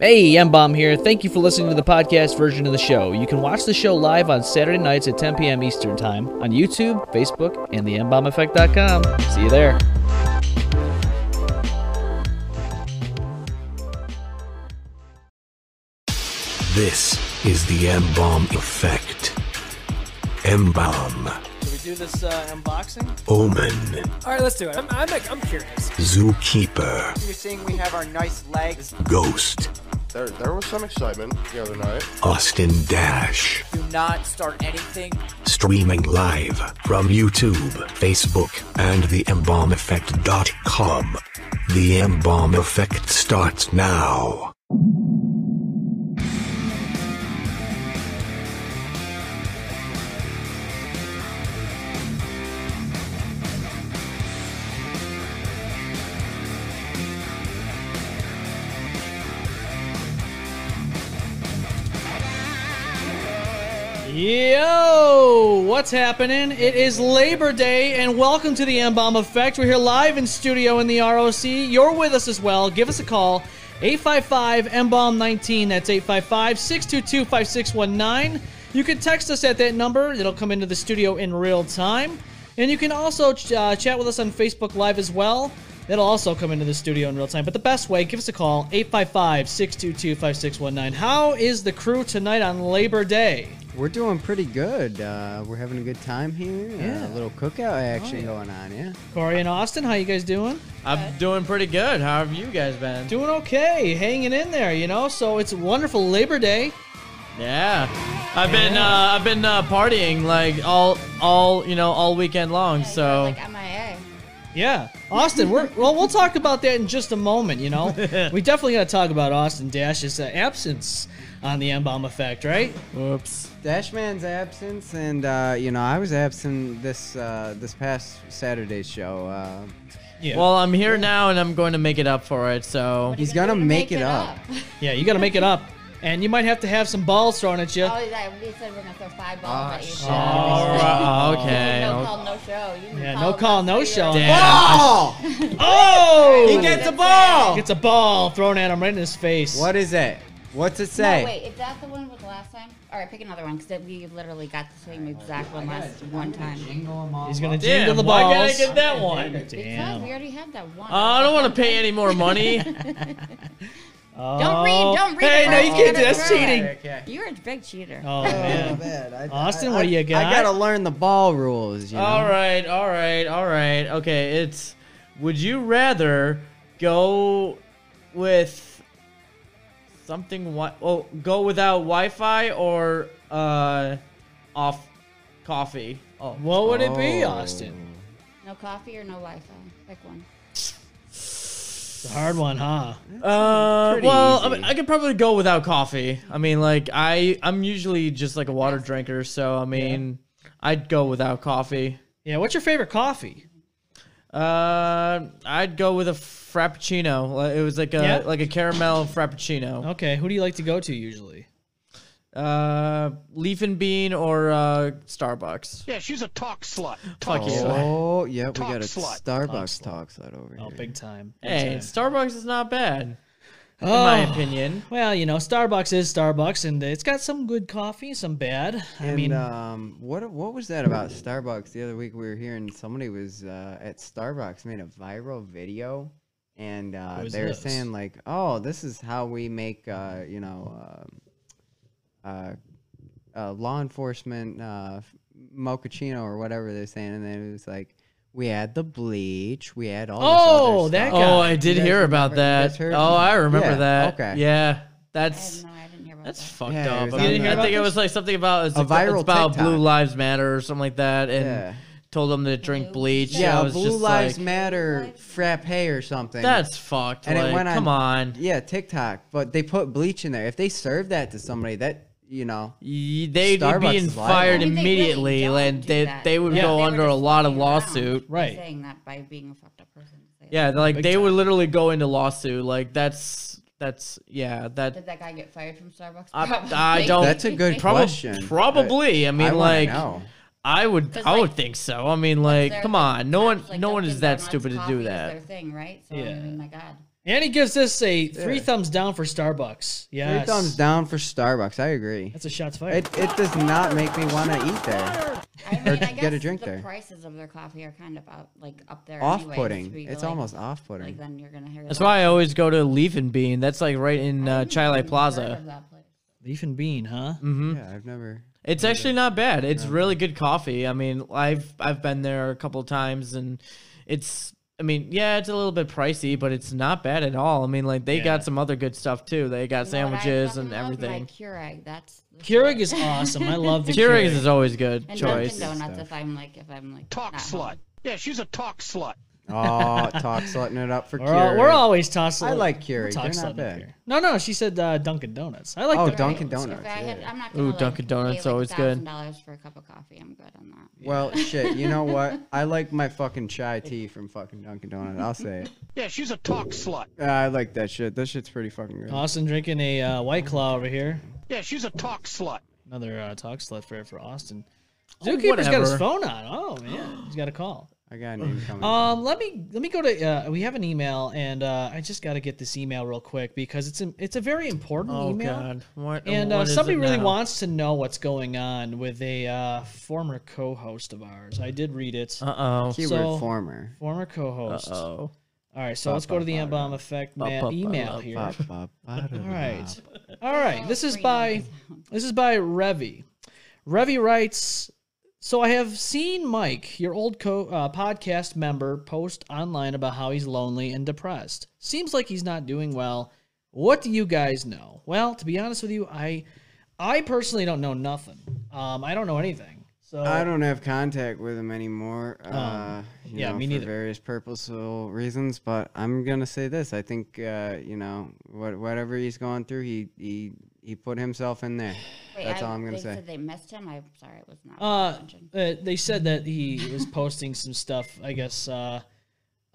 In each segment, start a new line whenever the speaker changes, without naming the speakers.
Hey, M Bomb here. Thank you for listening to the podcast version of the show. You can watch the show live on Saturday nights at 10 p.m. Eastern Time on YouTube, Facebook, and the MBombEffect.com. See you there.
This is the M Bomb Effect. M Bomb.
Should we do this uh, unboxing?
Omen.
All right, let's do it. I'm, I'm, I'm curious.
Zookeeper.
You're saying we have our nice legs.
Ghost.
There, there was some excitement the other night.
Austin Dash.
Do not start anything.
Streaming live from YouTube, Facebook, and the MBombEffect.com. The M Bomb Effect starts now.
Yo, what's happening? It is Labor Day, and welcome to the M Bomb Effect. We're here live in studio in the ROC. You're with us as well. Give us a call, 855 M Bomb 19. That's 855 622 5619. You can text us at that number, it'll come into the studio in real time. And you can also ch- uh, chat with us on Facebook Live as well. It'll also come into the studio in real time. But the best way, give us a call, 855 622 5619. How is the crew tonight on Labor Day?
We're doing pretty good. Uh, we're having a good time here.
Yeah.
Uh, a little cookout action going on, yeah.
Corey and Austin, how you guys doing?
I'm doing pretty good. How have you guys been?
Doing okay, hanging in there, you know. So it's a wonderful Labor Day.
Yeah, I've been uh, I've been uh, partying like all all you know all weekend long.
Yeah,
so
you're, like MIA.
Yeah, Austin. We're well. We'll talk about that in just a moment. You know, we definitely got to talk about Austin Dash's uh, absence on the M bomb effect, right?
whoops.
Dashman's absence, and uh, you know I was absent this uh, this past Saturday's show. Uh,
Yeah.
Well, I'm here now and I'm going to make it up for it. So
What are
He's
you gonna
gonna
do to
make it up.
yeah, you got to make it up, and you might have to have some balls thrown at you.
oh, yeah, we said we're gonna throw five balls at you.
shit.
Ah,
all right, okay.
No call, no show. You can
Yeah, no call, no
us for
show.
your-
Damn.
oh,
Oh!
he gets a ball.
Gets a ball thrown at him right in his face.
What is it? What's it
No,
say?
wait, is that the one with the last time? All right, pick another one because we literally got the same exact one last one time.
He's gonna
Damn,
jingle the
why
balls.
can't I get that one?
Because we
Damn.
already had that one.
Oh,
Uh, I don't want to pay any more money.
Don't read, don't read.
Oh. Hey,
it,
no, you
Brian.
can't do that. That's
You're a
cheating.
Okay.
big- You're a big cheater.
Oh man.
bad. I-
Austin,
I-
what do you
I-
got?
I gotta learn the ball rules. You know?
all right, all right, all right. Okay, it's. Would you rather go with something? Wi- oh, go without Wi-Fi or uh, off coffee. Oh,
What would it be,
Oh.
Austin?
No coffee or no Wi-Fi. Pick one.
It's a hard one, huh?
Uh,
pretty
well, I,
easy.
mean, I could probably go without coffee. I mean, like I, I'm usually just like a water drinker, so I mean, I'd go without coffee.
Yeah, what's your favorite coffee?
Uh, I'd go with a frappuccino. Like, It was like a
Yeah?
like a caramel frappuccino.
Okay, who do you like to go to usually?
Uh, leaf and bean or uh, Starbucks.
Yeah, she's a talk slut.
Fuck
Talk
you.
Oh, yep. We
Talk
got a
slut.
Starbucks talk slut over
Oh,
here.
big time. Big
Hey,
time.
Starbucks is not bad, in my
Oh.
opinion.
Well, you know, Starbucks is Starbucks, and it's got some good coffee, some bad. I
And
mean,
um, what what was that about Starbucks? The other week we were hearing somebody was uh, at Starbucks made a viral video, and uh,
was
they were
this?
saying like, "Oh, this is how we make uh, you know um uh, uh, law enforcement uh, f- mochaccino or whatever they're saying," and then it was like, "We add the bleach, we add all."
Oh,
this
that
other stuff."
guy.
Oh, I did
guys
hear about
remember- you guys
that.
heard?
Oh, I remember
Yeah,
that.
okay.
Yeah,
I
that's
have no, I didn't hear about
That's
that.
fucked
Yeah, it
up.
was
I,
on
mean,
the-
I think it
about
was like something about it's,
A
like, it's
viral
about
TikTok.
Blue Lives Matter or something like that, and
Yeah.
told them to drink bleach.
Yeah,
I
a
was
Blue
just
Lives
like,
Matter frappe or something.
That's fucked.
And it
like,
went on-
come on.
Yeah, TikTok. But they put bleach in there. If they serve that to somebody, that you know,
Y- They'd
Starbucks
be being
is liable.
fired
I mean, they really
immediately,
don't
and
do
they,
that.
they would
Yeah.
go
They were
under a
just
lot of
fucking around
lawsuit.
Right.
Saying that by being a fucked up person. to say that.
Yeah, like
Big
they
time.
would literally go into lawsuit. Like that's that's yeah that
Did that guy get fired from Starbucks?
I-
Probably.
I don't-
that's a good
probably
question.
probably. I mean,
wanna
like
know.
I would
'Cause,
I
like,
would think so. I mean, like
They're
come
like
on, no
cops,
one
like
no one
Dunkin'
is that
Donuts
stupid to
coffee
do
is
that.
Their thing, right? So I
Yeah.
mean, my God.
And he gives this a three thumbs down for Starbucks.
Three
Yes.
thumbs down for Starbucks. I agree.
That's a shots fired.
It, it does not make me want to eat there.
I mean, I
get
guess
a drink
the
there.
prices of their coffee are kind of up, like up there. anyways,
Off-putting.
where you go,
It's
like-
almost
Like
off-putting.
then you're gonna hear.
That's
that.
why I always go to Leaf and Bean. That's like right in
I
uh,
haven't
Chile
even heard of
Plaza.
that place.
Leaf and bean, huh?
Mm-hmm.
Yeah, I've never.
It's actually not bad. It's really good coffee. I mean, I've I've been there a couple times, and it's. I mean, yeah, it's a little bit pricey, but it's not bad at all. I mean, like they got some other good stuff too. They got
You know what I
sandwiches
fucking
and
love? My
everything.
Keurig. That's the
Keurig
shit.
is awesome. I love the Keurig.
Keurig is always good
and Dunkin'
choice.
Donuts. If I'm like, if I'm like talk slut.
Oh, talk slutting it up for
We're, al-
Keurig.
we're always tossing.
I like
we're
Keurig. They're
tossing
not
up
bad.
here. No, no, she said uh, Dunkin' Donuts. I like.
Oh,
Dunkin'.
Dunkin' Donuts.
If I had,
yeah.
I'm not
Ooh,
gonna. like,
Dunkin' Donuts,
pay, like,
always good.
dollars for a cup of coffee. I'm good on that.
Well, shit. You know what? I like my fucking chai tea from fucking Dunkin' Donuts. I'll say it. Yeah, she's a talk slut. I like that shit. That shit's pretty fucking good.
Austin drinking a uh, White Claw over here. Yeah, she's a talk slut. Another uh, talk slut for for Austin. Zookeeper's got his
whatever.
phone on. Oh man, he's got a call.
I got a name coming.
uh,
Um, let me let me go to. Uh, we have an email, and uh, I just got to get this email real quick because it's a, it's a very important
Oh
email.
God! What,
And
what
uh,
is
somebody
it
really
now?
wants to know what's going on with a uh, former co-host of ours. I did read it.
Uh
Keyword
so-
former.
oh.
Former
Uh
co-host.
oh.
All right, so let's go to the Emblem Effect ma- email here.
Ba,
All
ba, ba, da,
right, all right. This is by this is by Revy. Revy writes. So I have seen Mike, your old co- uh, podcast member, post online about how he's lonely and depressed. Seems like he's not doing well. What do you guys know? Well, to be honest with you, I I personally don't know nothing. Um, I don't know anything. So Um,
I don't have contact with him anymore. uh, you
yeah,
know,
me
for
neither.
Various purposeful reasons, but I'm gonna say this. I think uh, you know what, whatever he's going through, he he he put himself in there.
Wait,
That's
I-
all I'm gonna
they
say.
Said they missed him. I'm sorry, it was not.
Uh,
attention.
uh, they said that he was posting some stuff. I guess uh,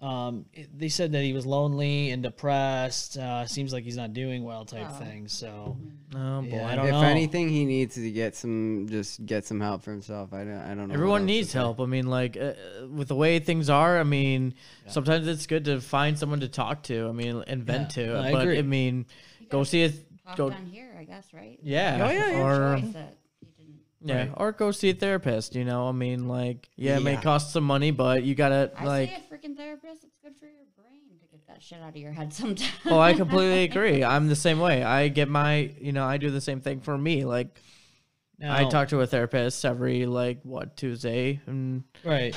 um, it- they said that he was lonely and depressed. Uh, seems like he's not doing well, type thing. So
Oh boy.
yeah, I don't
if
know.
anything, he needs to get some just get some help for himself. I don't. I don't know. what
Everyone
else
needs
to say.
help. I mean, like uh, uh, with the way things are, I mean, sometimes it's good to find someone to talk to. I mean, and vent
Yeah,
to.
I
but
agree.
I mean, go see a th-
Talked
go
on here, I guess, right?
yeah,
Oh, yeah, yeah,
or um,
Choice that you didn't.
yeah, or go see a therapist. You know, I mean, like yeah, it may
Yeah.
cost some money, but you gotta
I
like.
see a freaking therapist. It's good for your brain to get that shit out of your head sometimes.
Oh, I completely agree. I'm the same way. I get my, you know, I do the same thing for me. Like I
Now-
talk to a therapist every like what Tuesday and
right.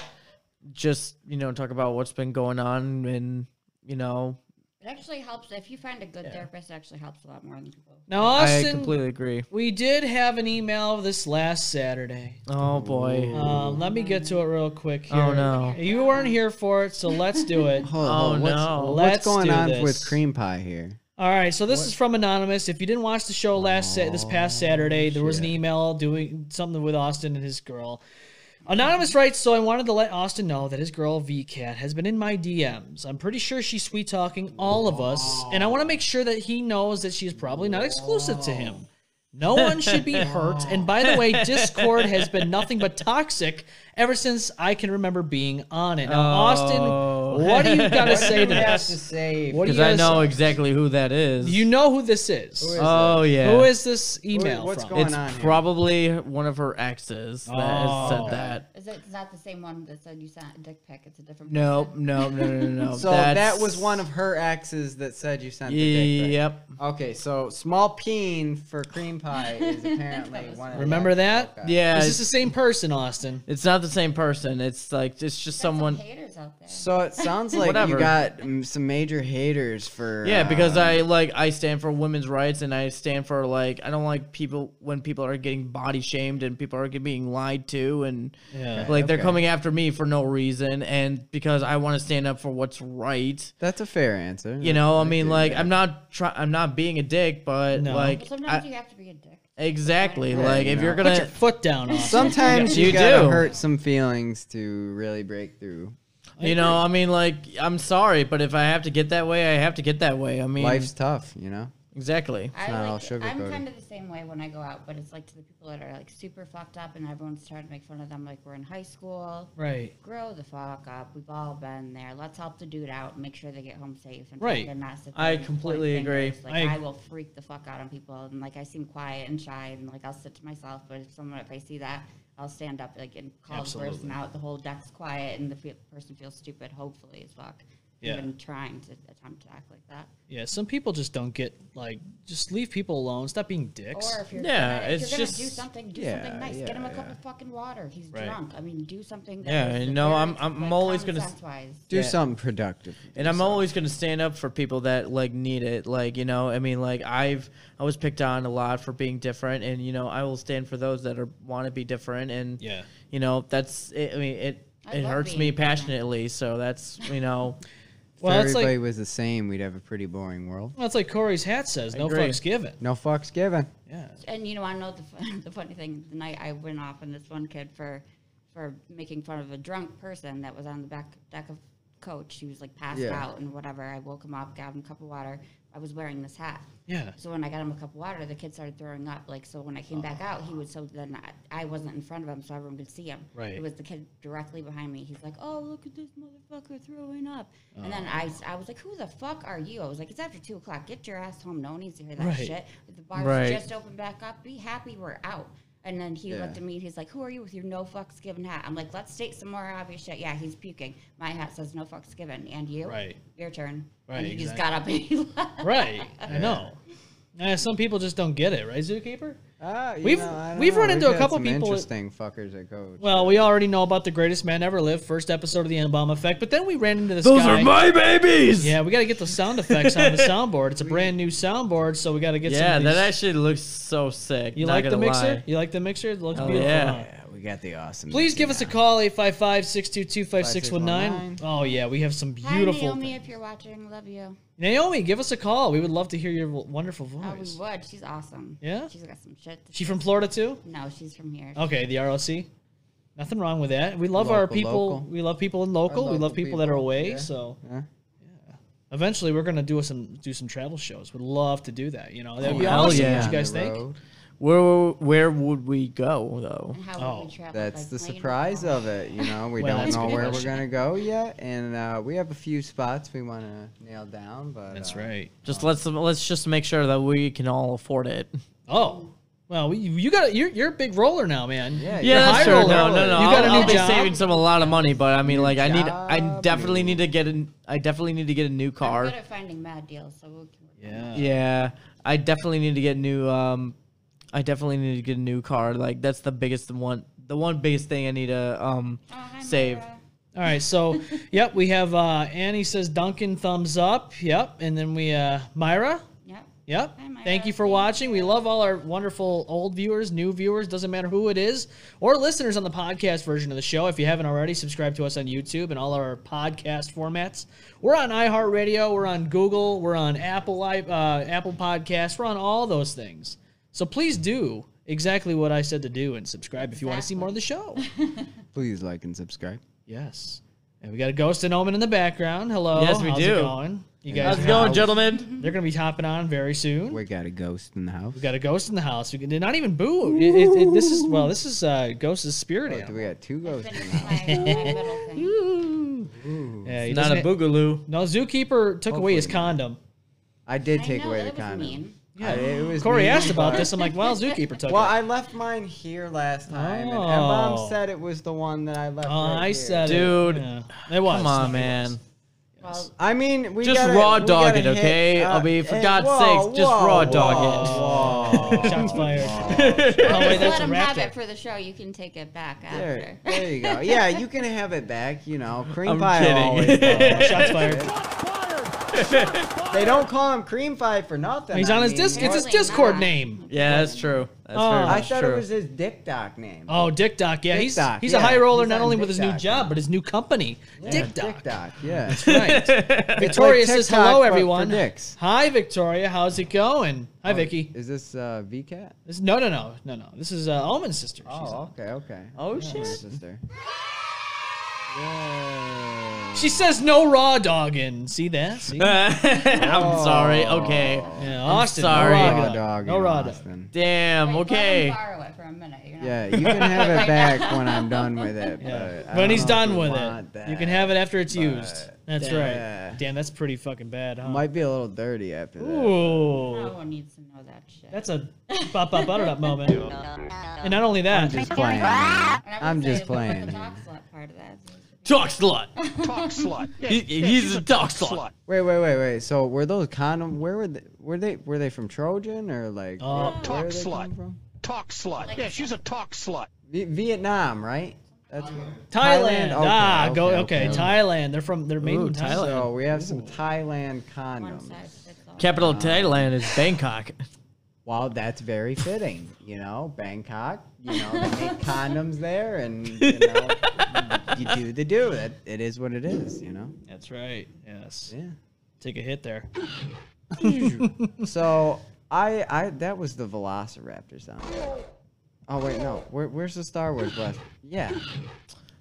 just you know talk about what's been going on and you know
It actually helps if you find a good therapist. It actually helps a lot more than people.
Now,
I
Austin,
completely agree.
we did have an email this last Saturday.
Oh boy.
Um, let me get to it real quick here.
Oh no.
You weren't here for it, so let's do it.
Hold,
Oh,
hold, what's,
no.
What's
Let's
going
do
on
this.
with cream pie here?
All right, so this is from anonymous. If you didn't watch the show last sa- this past Saturday, there was an email doing something with Austin and his girl. Anonymous writes, so I wanted to let Austin know that his girl V Cat has been in my DMs. I'm pretty sure she's sweet talking all of us, and I want to make sure that he knows that she is probably not exclusive to him. No one should be hurt. And by the way, Discord has been nothing but toxic ever since I can remember being on it. Now,
Oh.
Austin, what do you got to say to this?
say.
What do you
Because I
guys-
know exactly who that is.
You know who this is.
oh yeah.
Who is this email
what's
from?
going
It's
on here?
probably one of her exes that has
Oh.
said that.
Is it it's not the same one that said you sent a dick pic? It's a different.
No,
person?
no, no, no, no. no.
So
That's-
that was one of her Uh, exes that said you sent the dick pic.
Yep.
Okay, so small peen for cream pie is apparently one. Of
Remember that?
Okay.
Yeah.
Is this the same person, Austin?
It's not the same person. It's like it's just
Got some
someone.
haters out there.
So it sounds like
Whatever.
you got mm, some major haters for.
Yeah, because
uh,
I like I stand for women's rights and I stand for like I don't like people when people are getting body shamed and people are get- being lied to and
Yeah.
like they're
okay.
coming after me for no reason and because I want to stand up for what's right.
That's a fair answer.
You know, I mean, like I'm not try- I'm not being a dick, but
No.
like
Well, sometimes
I-
you have to be a dick.
exactly,
Yeah,
like
you
if
know.
you're
Put your
gonna
foot down, Austin.
Sometimes you,
You
gotta
do.
hurt some feelings to really break through.
You know, I mean, like, I'm sorry, but if I have to get that way, I have to get that way. I mean,
Life's tough, you know.
Exactly.
I
not all
like, I'm
sugar-coated.
kind of the same way when I go out, but it's like to the people that are like super fucked up and everyone's trying to make fun of them like we're in high school.
Right.
Grow the fuck up. We've all been there. Let's help the dude out and make sure they get home safe and
Right.
they're not sitting
I
there and point
completely agree.
fingers. Like
I-
I, will freak the fuck out on people and like I seem quiet and shy and like I'll sit to myself, but if someone if I see that, I'll stand up like and call the person out. The whole deck's quiet and the fe- person feels stupid. Hopefully as fuck.
Yeah.
Even trying to attempt to act like that.
Yeah, some people just don't get like just leave people alone. Stop being dicks.
Or if you're
Yeah,
gonna, if
it's
you're gonna do
just-
something, do
yeah,
something nice.
yeah,
Get him a cup
yeah.
of fucking water. He's
Right.
drunk. I mean, do something. That
Yeah,
is
and no, I'm-
very,
I'm- I'm
like,
always
common
gonna s-
sense-wise.
Do something productive.
And I'm always going to stand up for people that like need it. Like, you know, I mean, like I've I was picked on a lot for being different and you know, I will stand for those that are want to be different and
Yeah.
You know, that's it, I mean, it
I
it
love
hurts
being
me
different.
passionately, so that's, you know,
If
Well, it's
everybody
like
was the same, we'd have a pretty boring world.
well, it's like Corey's hat says, "No
agree.
fucks given."
No fucks given.
Yeah.
And you know, I know the, fu- the funny thing. The night I went off on this one kid for for making fun of a drunk person that was on the back deck of coach. He was like passed
Yeah.
out and whatever. I woke him up, got him a cup of water. I was wearing this hat.
Yeah.
So when I got him a cup of water, the kid started throwing up. Like so, when I came back out, he was so then I, I wasn't in front of him, so everyone could see him.
Right.
It was the kid directly behind me. He's like, "Oh, look at this motherfucker throwing up," and then I, I was like, "Who the fuck are you?" I was like, "It's after two o'clock. Get your ass home. No one needs to hear that
Right.
shit. The bar's
Right.
just opened back up. Be happy we're out." And then he looked at me and he's like, Who are you with your no fucks given hat? I'm like, Let's state some more obvious shit. Yeah, he's puking. My hat says no fucks given. And you?
Right.
Your turn.
Right,
And he just got up and he left.
Right. I know. Eh, some people just don't get it, right, Zookeeper?
Ah, you
We've-
know, I don't
we've
know.
run into a
had
couple
some
people-
interesting fuckers that go.
Well, we already know about the greatest man ever lived, first episode of the N bomb effect, but then we ran into this
those
guy.
are my babies.
yeah, we got to get the sound effects on the soundboard. It's a brand new soundboard, so we got to get
Yeah,
some of
that
these-
actually looks so sick.
You
not
like the
gonna
mixer?
lie.
You like the mixer? It looks
Oh,
beautiful.
yeah.
Yeah, we got the awesome.
Please give us a call, 855 622 5619.
5619.
Oh, yeah, we have some
Hi,
beautiful.
Naomi,
things.
if you're watching, love you.
Naomi, give us a call. We would love to hear your w- wonderful
Oh, we
voice.
would. She's awesome.
Yeah? Oh.
She's got some shit. To
she from Florida, too?
No, she's from here.
Okay, the RLC. Nothing wrong with that. We love our
Local,
people.
local.
We love people in local. we
local
love people, that are
people,
away.
yeah.
So
Yeah.
eventually, we're gonna do some do some travel shows. We'd love to do that. You know, that'd be
Oh, hell
Oh,
awesome.
yeah.
What
On
you guys think?
Where where would we go though?
And how
Oh,
would we travel?
That's
by
the
plane or
surprise
car?
of it. You know, we
Well,
don't
that's a
know
good
where we're
question.
gonna go yet, and uh, we have a few spots we want to nail down. But
That's
uh,
right.
Just let's let's just make sure that we can all afford it.
Oh, well, we, you got you're you're a big roller now, man.
Yeah,
Yeah, you're
that's
high
true.
roller.
No, no, no.
You
I'll,
got a new
I'll be
job?
saving some a lot of money, but I mean, like, I need, I
job,
definitely
new-
need to get an, I definitely need to get a new
I'm
car.
good at finding mad deals, so we'll keep working.
Yeah.
Yeah, I definitely need to get new. Um, I definitely need to get a new car. Like, that's the biggest one, the one biggest thing I need to um
Oh, hi,
save.
Myra.
All right, so yep, we have uh, Annie says Duncan thumbs up. Yep, and then we uh, Myra.
Yep.
Yep.
Hi, Myra.
Thank you for
Thank
watching. We love all our wonderful old viewers, new viewers, doesn't matter who it is, or listeners on the podcast version of the show. If you haven't already, subscribe to us on YouTube and all our podcast formats. We're on iHeartRadio, we're on Google, we're on Apple i- uh, Apple Podcasts, we're on all those things. So please do exactly what I said to do and subscribe if you want to see more of the show.
Please like and subscribe.
Yes. And we got a ghost and omen in the background. Hello.
Yes, we
How's
do.
It going? You guys,
How's it going,
House.
gentlemen?
they're going to be hopping on very soon.
We got a ghost in the house.
We got a ghost in the house. We can, they're not even boo. It, it, it- this is well, this is uh, Ghost's spirit.
Oh,
animal.
we got two
It's
ghosts in
been
the house.
my, my middle thing.
Yeah, he
It's not a
doesn't-
boogaloo.
No, zookeeper took away his
Hopefully
condom.
I did
I
take
know,
away the
that was
condom.
mean.
Yeah,
I- it was
Corey
mean,
asked about
but-
this. I'm like, well, zookeeper took
Well,
it.
I left mine here last time, and
Oh.
and mom said it was the one that I left.
Oh,
right
I
here.
said, it.
Dude,
Yeah, it was.
Come on, man.
Well,
I mean, we
Just
gotta-
raw
we
dog
gotta
it,
hit-
okay? I
uh,
mean, for
eh,
God's
whoa,
sakes, just
whoa,
raw dog
whoa.
Oh, Shots fired.
just
oh wait, that's
let
a
him have
raptor.
it for the show. You can take it back
There,
after.
there you go. Yeah, you can have it back. You know, cream
I'm
pie.
kidding.
Always,
Oh, shots fired.
they don't call him cream pie for nothing.
He's
I
on his
mean,
disc. It's his
Totally
Discord
not.
name.
Yeah, that's true. That's
Oh.
very
I
much
I thought
true.
it was his dick doc name.
Oh, Dick Doc. Yeah,
Dick
he's
Doc,
he's a
yeah.
high roller
He's
not
on
only
Dick
with his new
Doc
job
now.
but his new company, Dick Doc.
Dick doc. Yeah.
Right. Victoria
It's like
says
TikTok,
hello,
but for
everyone.
dicks.
Hi, Victoria. How's it going? Hi, Vicky.
Is this uh, VCat?
This, no, no, no, no, no. This is uh, Almond Sister. She's
Oh, okay, okay.
Oh,
Yeah, my
shit.
sister.
She says no raw dogging. See that? See? Yeah,
I'm sorry. Okay.
Austin,
sorry.
no raw
Raw
dog.
dog
no
in
raw dog.
Austin.
Damn.
Like, Let
Okay.
him borrow it for a minute. You know?
Yeah, you can have it back when I'm done with it.
Yeah.
But I
when
don't
he's
know if
done
you
with
want
it,
that.
you can have it after it's used. That's
Yeah.
right. Damn, that's pretty fucking bad, huh?
Might be a little dirty after that.
No
Ooh,
one needs to know that shit.
that's a bop bop butter up moment. And not only that,
Just playing.
And I would
I'm
say
just
put
playing.
The dog slap part of that.
Talk slut.
Talk slut. Yeah,
He-
yeah,
he's
she's
a talk slut.
Wait, wait, wait, wait. So were those condom? Where were they? Were they? Were they from Trojan or like?
Oh.
where-
Uh, Talk
where they
slut.
come From?
Talk slut. Yeah, she's a talk slut.
V- Vietnam, right? That's where-
Thailand.
Thailand?
ah,
Okay,
go
okay,
okay,
okay.
Thailand. They're from. They're made
Ooh,
in Thailand.
Thailand.
So we have some Thailand
One
condoms.
size fits
Oh
all.
Capital of Thailand is Bangkok.
Well, that's very fitting. You know, Bangkok. You know, they make condoms there, and you know, you do the do. That it is what it is. You know.
That's right. Yes.
Yeah.
Take a hit there.
So I, I that was the Velociraptor sound. Oh wait, no. Where, where's the Star Wars blast? Yeah,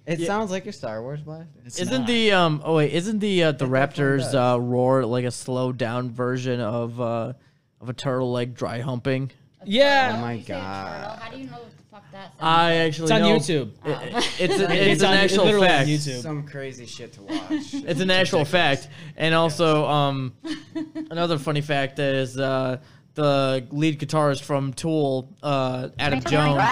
it sounds like a Star Wars blast.
It's
Isn't
not.
the um? Oh wait, isn't the uh, the Raptors
does.
uh, roar like a slowed down version of uh, of a turtle like dry humping?
yeah?
Oh my
You say a turtle,
God.
How do you know what the fuck that?
I
sounds
actually
it's on
know-
YouTube.
It- it- it's a-
It's
it's an
on- it's
actual
literally on
fact.
YouTube.
Some crazy shit to watch.
It's an actual fact, and also um, another funny fact is uh, the lead guitarist from Tool, uh, Adam Jones.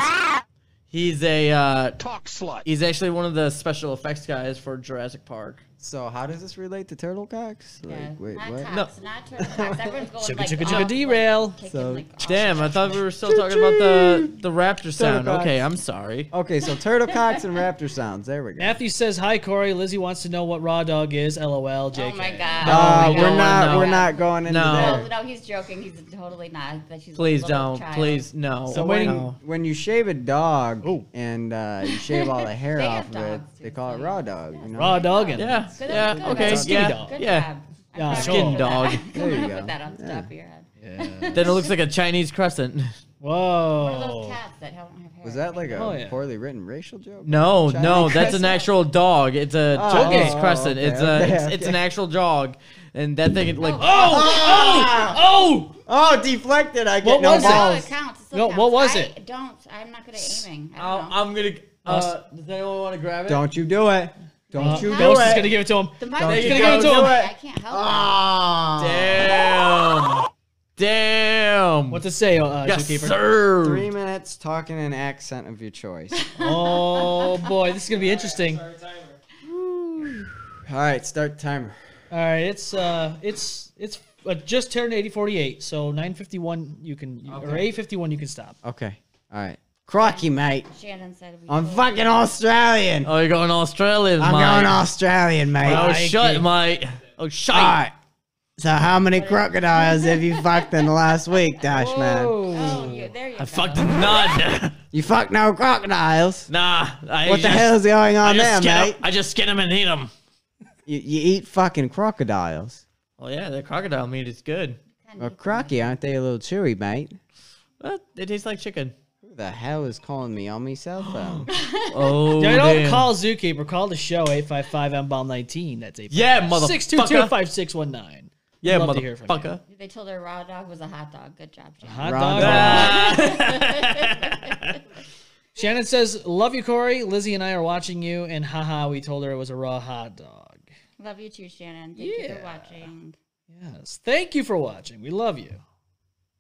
He's a uh,
Talk slut.
he's actually one of the special effects guys for Jurassic Park.
so how does this relate to turtle cocks? Like,
Yeah,
wait,
not
what?
Tax, not turtle tax. Everyone's going
Chugga,
like,
chugga,
off,
chugga,
like,
derail.
kicking,
So-
like, off.
Damn, I thought we were still talking about the the raptor sound.
Turtle
Okay,
cocks.
I'm sorry.
Okay, so turtle cocks and raptor sounds. There we go.
Matthew says hi, Corey. Lizzie wants to know what raw dog is. LOL. JK.
Oh my god.
Uh,
Oh,
we're
no,
not.
no.
We're not going into
No.
No,
there.
no, he's joking. He's totally not. That she's a
Please
little
don't.
child.
Please no.
So
Oh,
when
no.
when you shave a dog
Ooh.
and uh, you shave all the hair
They
off of
have
it,
dogs,
they
too,
call it
so
raw
yeah.
dog. You know?
Raw dogging.
yeah,
Good, good,
yeah,
good.
okay,
Skinny
yeah,
dog.
Good
yeah.
job. I'm
Yeah,
proud of
skin
you for
dog.
that.
There you
Come on,
go.
Put that on the
Yeah.
top of your head.
Then it looks like a Chinese crescent.
One of those
Whoa.
cats that don't have hair.
Was that like a
Oh, yeah.
poorly written racial joke?
No,
Chinese
no, that's
crescent?
an actual dog. It's a
Oh,
Chinese
okay.
crescent.
Oh, okay,
it's a,
okay,
it's, it's an
okay.
actual dog, and that thing it, like
Oh! Oh!
Oh, deflected! I
What
get no
was it?
No, Oh, it
balls.
counts. It still
No,
counts.
what was
I
it?
Don't. I'm not good at aiming. I
I'll,
don't know.
I'm gonna. Uh, does anyone want to grab it?
Don't you do it! Don't
Uh,
you do
Ghost is
it!
gonna give it to him.
The mic
Don't
is
you
gonna
go
give it to
do
him.
I
it!
can't help
Ah!
Damn! Damn!
What to say, uh,
yes,
zookeeper?
sir.
Three minutes talking an accent of your choice.
Oh boy, this is gonna be interesting. All
All right, start timer.
right, it's uh, it's it's uh, just turned 8048, so 951 you can you, or 851 you can stop.
Okay. All right. Crocky, mate.
it. Shannon said we.
I'm
both-
fucking Australian.
Oh, you're going Australian,
I'm
mate.
going Australian, mate.
Oh,
Mikey.
shut, mate. Oh, shite.
All right. So how many crocodiles have you fucked in the last week, Dash man?
Oh, you, there you go.
I fucked none.
You fucked no crocodiles.
nah. I
What
just,
the hell's going
I
on
just
there,
skin 'em-
mate?
I just skin them and eat them.
You, you eat fucking crocodiles.
Well, yeah, the crocodile meat is good.
Well, crocky, aren't they a little chewy, mate?
Well, it tastes like chicken.
Who the hell is calling me on my cell phone?
Oh,
Yeah, don't
damn.
call Zookeeper. Call the show 855 MBOM 19. That's 855
Yeah, motherfucker.
622-5619.
Yeah,
Love to hear from
motherfucker.
They told her raw dog was a hot dog. Good job, Shannon.
Hot
Rondo.
dog.
Ah.
Shannon says, "Love you, Corey. Lizzie and I are watching you." And haha, we told her it was a raw hot dog.
Love you too, Shannon. Thank you for watching.
Yes. Thank you for watching. We love you.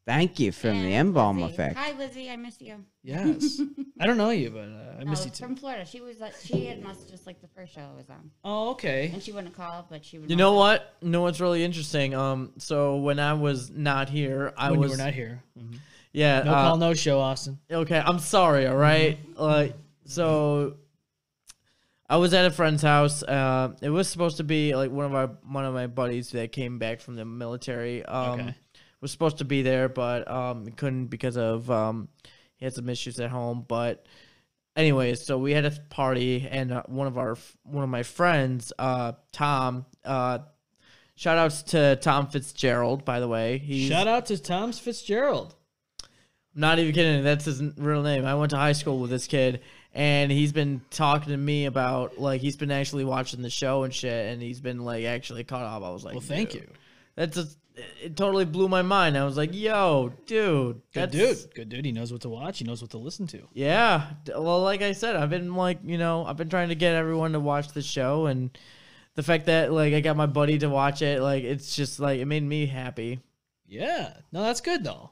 Thank you from the
And
embalm
Lizzie.
effect.
Hi, Lizzie. I miss you.
Yes. I don't know you, but uh, I
No,
miss you too.
Oh, from Florida. She was like, she had must just like the first show I was on,
Oh, okay.
and she wouldn't call, but she would.
You know what? You know what's really interesting? Um, so when I was not here, I
When you
was
were not here. Mhm.
yeah.
No
uh,
call, no show, Austin.
okay, I'm sorry. All right,
Mm-hmm.
like so, I was at a friend's house. Uh, it was supposed to be like one of our one of my buddies that came back from the military. Um,
Okay.
was supposed to be there, but um, couldn't because of um, he had some issues at home. But anyways, so we had a party, and uh, one of our one of my friends, uh, Tom, uh. Shout outs to Tom Fitzgerald, by the way. He's
Shout out to Tom's Fitzgerald.
not even kidding. That's his n- real name. I went to high school with this kid, and he's been talking to me about like he's been actually watching the show and shit, and he's been like actually caught up. I was like,
Well, thank
"Dude."
you.
That's just, it totally blew my mind. I was like, yo, dude, that's
Good dude. Good dude. He knows what to watch. He knows what to listen to.
Yeah. D- Well, like I said, I've been like, you know, I've been trying to get everyone to watch the show and the fact that like I got my buddy to watch it, like it's just like it made me happy.
Yeah. No, that's good though.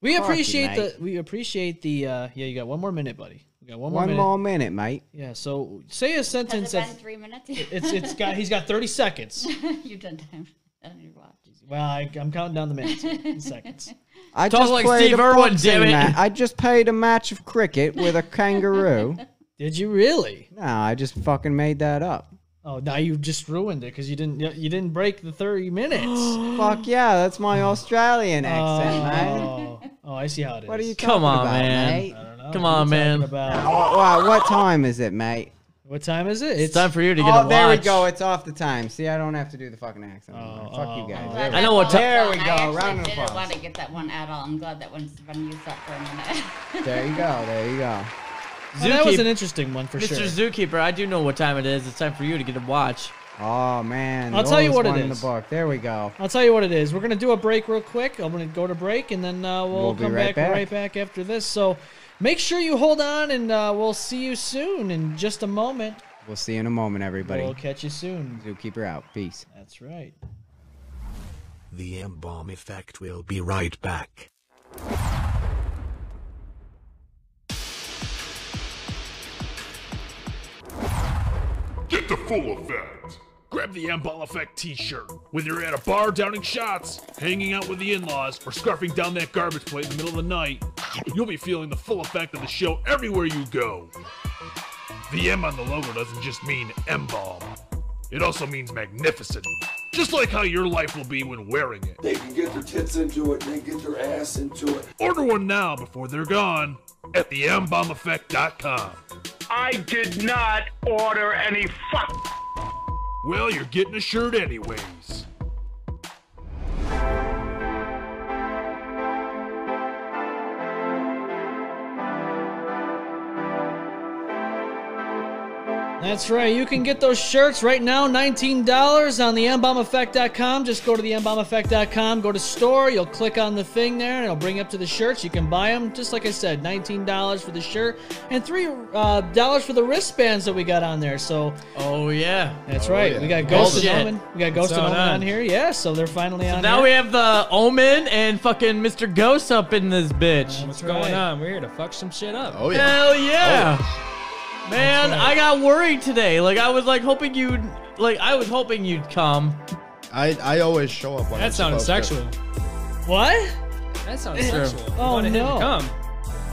We
Fuck you,
appreciate the
mate.
we appreciate the uh yeah, you got one more minute, buddy. We got one more
One
minute.
more minute, mate.
Yeah, so say a
Has
sentence
it been
of
three minutes?
it's it's got he's got 30 seconds.
You've done time on your watch.
Well, I, I'm counting down the minutes. here. Seconds.
I
Talk
just
like
played
Steve
a
Irwin,
boxing
damn it.
ma- I just played a match of cricket with a kangaroo.
Did you really?
no, I just fucking made that up.
Oh, now you just ruined it because you didn't you didn't break the 30 minutes.
Fuck yeah, that's my Australian accent, mate.
oh, oh, I see how it is.
What are you talking
Come on,
about,
man.
mate?
I don't know.
Come
What are you
on, man.
talking about?
Wow, wow, what time is it, mate?
What time is it?
It's, time for you to get a
Oh,
watch.
there we go. It's off the time. See, I don't have to do the fucking accent. anymore.
Oh,
Fuck
oh,
you guys.
oh,
Glad
I
that
know what
one
ti-
There we
was on.
go.
I
Round
actually
of
didn't
applause.
want to get that one at all. I'm glad that one's been used up for a minute.
There you go. There you go.
Well, Oh, that was
Zookeep-
an interesting one for
Mr.
sure.
Zookeeper, I do know what time it is. It's time for you to get a watch.
Oh man.
I'll
the
tell you
oldest
what it
one In the
is.
book. There we go.
I'll tell you what it is. We're gonna do a break real quick. I'm gonna go to break, and then uh, we'll,
We'll be
come
right
back,
back.
right back after this. So make sure you hold on, and uh, we'll see you soon in just a moment.
We'll see you in a moment, everybody.
We'll catch you soon.
Zookeeper out. Peace.
That's right.
The M bomb effect will be right back.
Get the full effect.
Grab the Emball Effect t shirt. Whether you're at a bar downing shots, hanging out with the in laws, or scarfing down that garbage plate in the middle of the night, you'll be feeling the full effect of the show everywhere you go. The M on the logo doesn't just mean Emball, it also means magnificent. Just like how your life will be when wearing it.
They can get their tits into it, they can get their ass into it.
Order one now before they're gone at thembombeffect.com.
I did not order any fuck.
Well, you're getting a shirt anyways.
That's right. You can get those shirts right now, $19 on the mbombeffect.com. Just go to the mbombeffect.com, go to store, you'll click on the thing there, and it'll bring you up to the shirts. You can buy them, just like I said, $19 for the shirt and $3 uh, dollars for the wristbands that we got on there. So
Oh yeah.
that's right. We got Ghost and
Bullshit.
Omen. We got Ghost
What's
and
going
Omen
on?
on here. Yeah, so they're finally on
Now
here.
we have the Omen and fucking Mr. Ghost up in this bitch.
What's
right.
going on? We're here to fuck some shit up.
Oh yeah.
Hell yeah.
Oh,
Man, I got worried today. Like I was like hoping you'd like I was hoping you'd come.
I I always show up when I'm
That sounded
supposed to.
sexual.
What?
That sounded sexual. You
Oh,
wanted him to
no.
Come.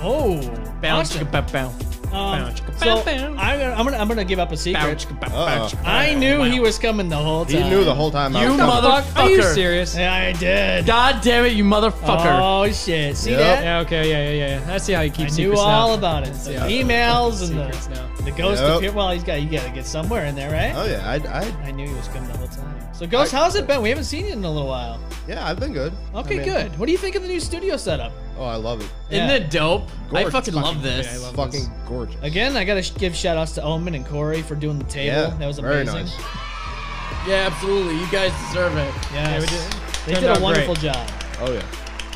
Oh.
Bounce,
awesome.
bounce, bounce.
Um,
bounce,
so
bounce,
I'm gonna, I'm gonna I'm gonna give up a secret.
bounce,
Uh.
bounce,
Uh-oh.
I knew he was coming the whole time.
He knew the whole time. I
You
was coming.
motherfucker.
Are you serious?
Yeah, I did.
God damn it, you motherfucker.
Oh shit! See
Yep.
that?
Yeah, okay, yeah, yeah, yeah, yeah. I see how you keep
I knew
secrets
all
now.
about it. The
Yeah.
emails and
secrets
the,
now.
the ghost
Yep.
appear. Well, he's got you got to get somewhere in there, right?
Oh yeah. I, I
I knew he was coming the whole time. So, ghost, how's it been? We haven't seen you in a little while.
yeah. I've been good.
Okay,
I mean-
good. What do you think of the new studio setup?
Oh, I love it.
Yeah.
Isn't it dope? I
Gorgeous.
fucking love this.
Yeah, I love
Fucking
this.
gorgeous.
Again, I gotta sh- give shout outs to Omen and Corey for doing the table.
Yeah.
that was
very
amazing.
nice.
Yeah, absolutely. You guys deserve it.
Yes.
we did-
they
turned
did a
out
wonderful job.
Oh yeah.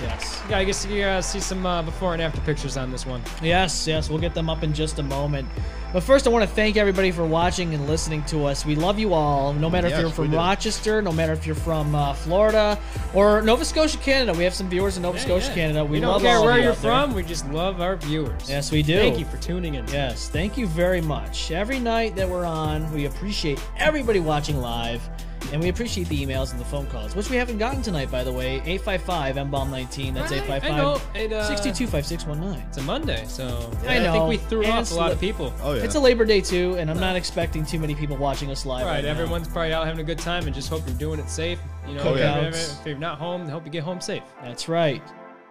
Yes.
Yeah, I guess you gotta see some uh, before and after pictures on this one.
Yes, yes, we'll get them up in just a moment. But first, I want to thank everybody for watching and listening to us. We love you all, no matter if
Yes,
you're from
we do.
Rochester, no matter if you're from uh, Florida or Nova Scotia, Canada. We have some viewers in Nova Scotia, Canada. We,
We don't
love
care
all of
where
you
you're
out there.
from. We just love our viewers.
Yes, we do.
Thank you for tuning in.
Yes, thank you very much. Every night that we're on, we appreciate everybody watching live, and we appreciate the emails and the phone calls, which we haven't gotten tonight, by the way. 855 MBOM 19. That's
I- I
855
know, it, uh,
625619.
It's a Monday, so
I know.
think we threw
And
off
it's
a lot
li-
of people.
Oh yeah.
It's a Labor Day too, and I'm not expecting too many people watching us live.
All
right,
right,
now.
everyone's probably out having a good time, and just hope you're doing it safe. You know,
Oh, yeah.
if, you're, if you're not home, hope you get home safe.
That's right.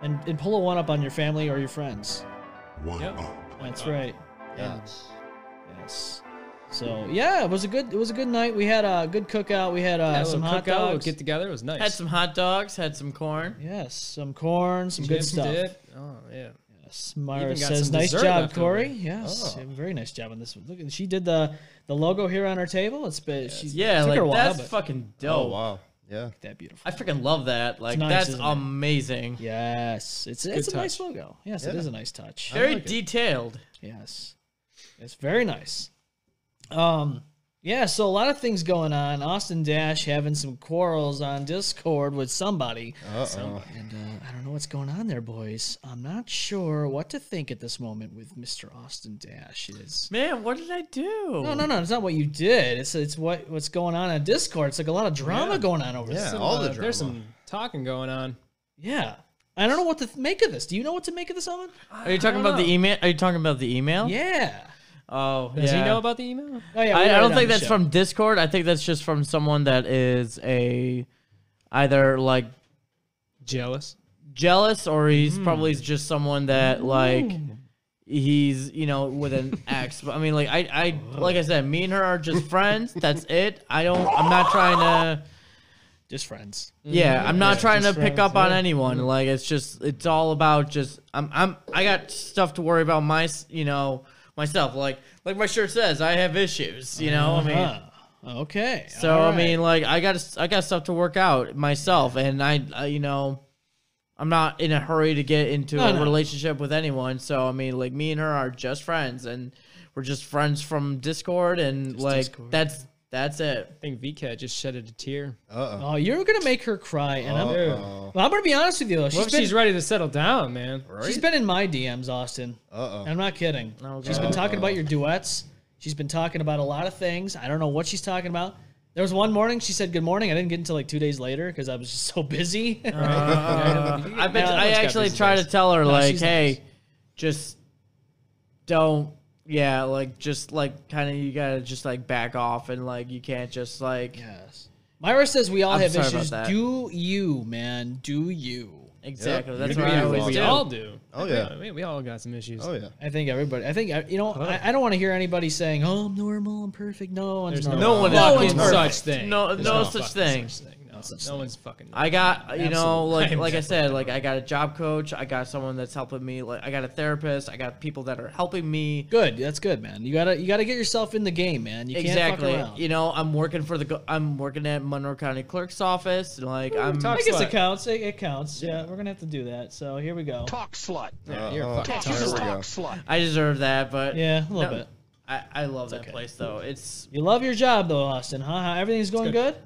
And and pull a one up on your family or your friends.
One
Yep.
up.
Uh-huh.
That's right.
Yeah.
Yes. So yeah, it was a good it was a good night. We had a good cookout. We had uh,
Had a
some
little
hot
cookout, little
dogs.
Get together. It was nice.
Had some hot dogs, had some corn.
yes, some corn, some
Chips
good stuff.
dip. Oh yeah.
Yes. Smart
Even got
says,
some
"Nice
dessert
job,
left
Corey.
over."
Yes,
Oh.
yeah, very nice job on this one. Look, at- she did the the logo here on her table. It's been she
Yeah,
took
like
her a while,
that's
but
fucking dope.
Oh wow. Yeah.
that beautiful.
I freaking love that. Like
nice,
that's
isn't it?
amazing.
Yes, it's
Good
it's a nice
touch.
logo. Yes, it
Yeah.
is a nice touch.
Very detailed.
Yes, it's very nice. Um, yeah. So a lot of things going on. Austin Dash having some quarrels on Discord with somebody.
Uh-oh.
And uh, I don't know what's going on there, boys. I'm not sure what to think at this moment with Mr. Austin Dash. Is Oh.
Man, what did I do?
no, no, no. It's not what you did. It's it's what what's going on on Discord. It's like a lot of drama going on over there.
Some, uh, There's some talking going on.
Yeah. I don't know what to th- make of this. Do you know what to make of this, Owen?
Are you talking about the email? Are you talking about the email?
Yeah.
Oh,
Does
yeah.
he know about the email?
Oh, yeah, we
I,
read
I
it
don't
on
think
the
that's
show.
from Discord. I think that's just from someone that is a either like
Jealous.
jealous or he's
Mm.
probably just someone that like he's you know with an ex. But I mean, like I I like I said, me and her are just friends. That's it. I don't. I'm not trying to.
Just friends.
Yeah, I'm not
Yeah,
trying to
just
pick
friends,
up on
yeah.
anyone.
Mm-hmm.
Like it's just it's all about just I'm I'm I got stuff to worry about my s- you know myself. Like like my shirt says, I have issues. You know, I mean.
Uh-huh. mean, Ah, okay.
So
all
I
right.
mean, like I got I got stuff to work out myself, and I, I you know, I'm not in a hurry to get into
No,
a
no.
relationship with anyone. So I mean, like me and her are just friends, and we're just friends from Discord, and like
Discord.
that's that's it.
I think VCAT just shed a tear.
Uh
oh, you're gonna make her cry, and I'm.
Dude.
oh.
Well, I'm gonna be honest with you. though.
What
She's
if
been,
she's ready to settle down, man?
she's been in my DMs, Austin.
Uh oh.
I'm not kidding.
Oh,
She's been
God.
talking about your duets. She's been talking about a lot of things. I don't know what she's talking about. There was one morning she said good morning. I didn't get until like two days later because I was just so busy.
I bet
Yeah,
I
everyone's got
actually
busy
try to
days.
tell her
No,
like,
she's
hey,
nice.
just don't. Yeah, like just like kind of you gotta just like back off and like you can't just like
yes. Myra says we all
I'm
have
sorry about
issues.
that.
Do you, man? Do you?
exactly. That's
You're
what
doing
I
it
always
wrong.
do.
We all do.
Oh, yeah.
We, we all got some issues.
Oh yeah.
I think everybody. I think I- you know. I, I don't want to hear anybody saying, "Oh, I'm normal. I'm perfect." No, one's
There's
not.
no,
No one
one,
is
no
fucking
one's such
perfect.
thing.
No-
There's
no such
fucking
thing.
such No, no one's fucking.
I got you know
Absolutely.
like like I
I'm
said like I got a job coach. I got someone that's helping me. Like I got a therapist. I got people that are helping me.
Good. That's good, man. You gotta you gotta get yourself in the game, man. You
exactly.
can't fuck around.
You know I'm working for the go- I'm working at Monroe County Clerk's office. and, Like I'm
talk
I guess
slut.
it counts. It, it counts. Yeah, we're gonna have to do that. So here we go.
Talk slut.
Uh,
you're a
oh,
fucking
Here we go.
slut.
I deserve that, but
Yeah, a little
No.
bit.
I, I love that place though. It's
You love your job though, Austin. Huh? Huh? Everything's going good.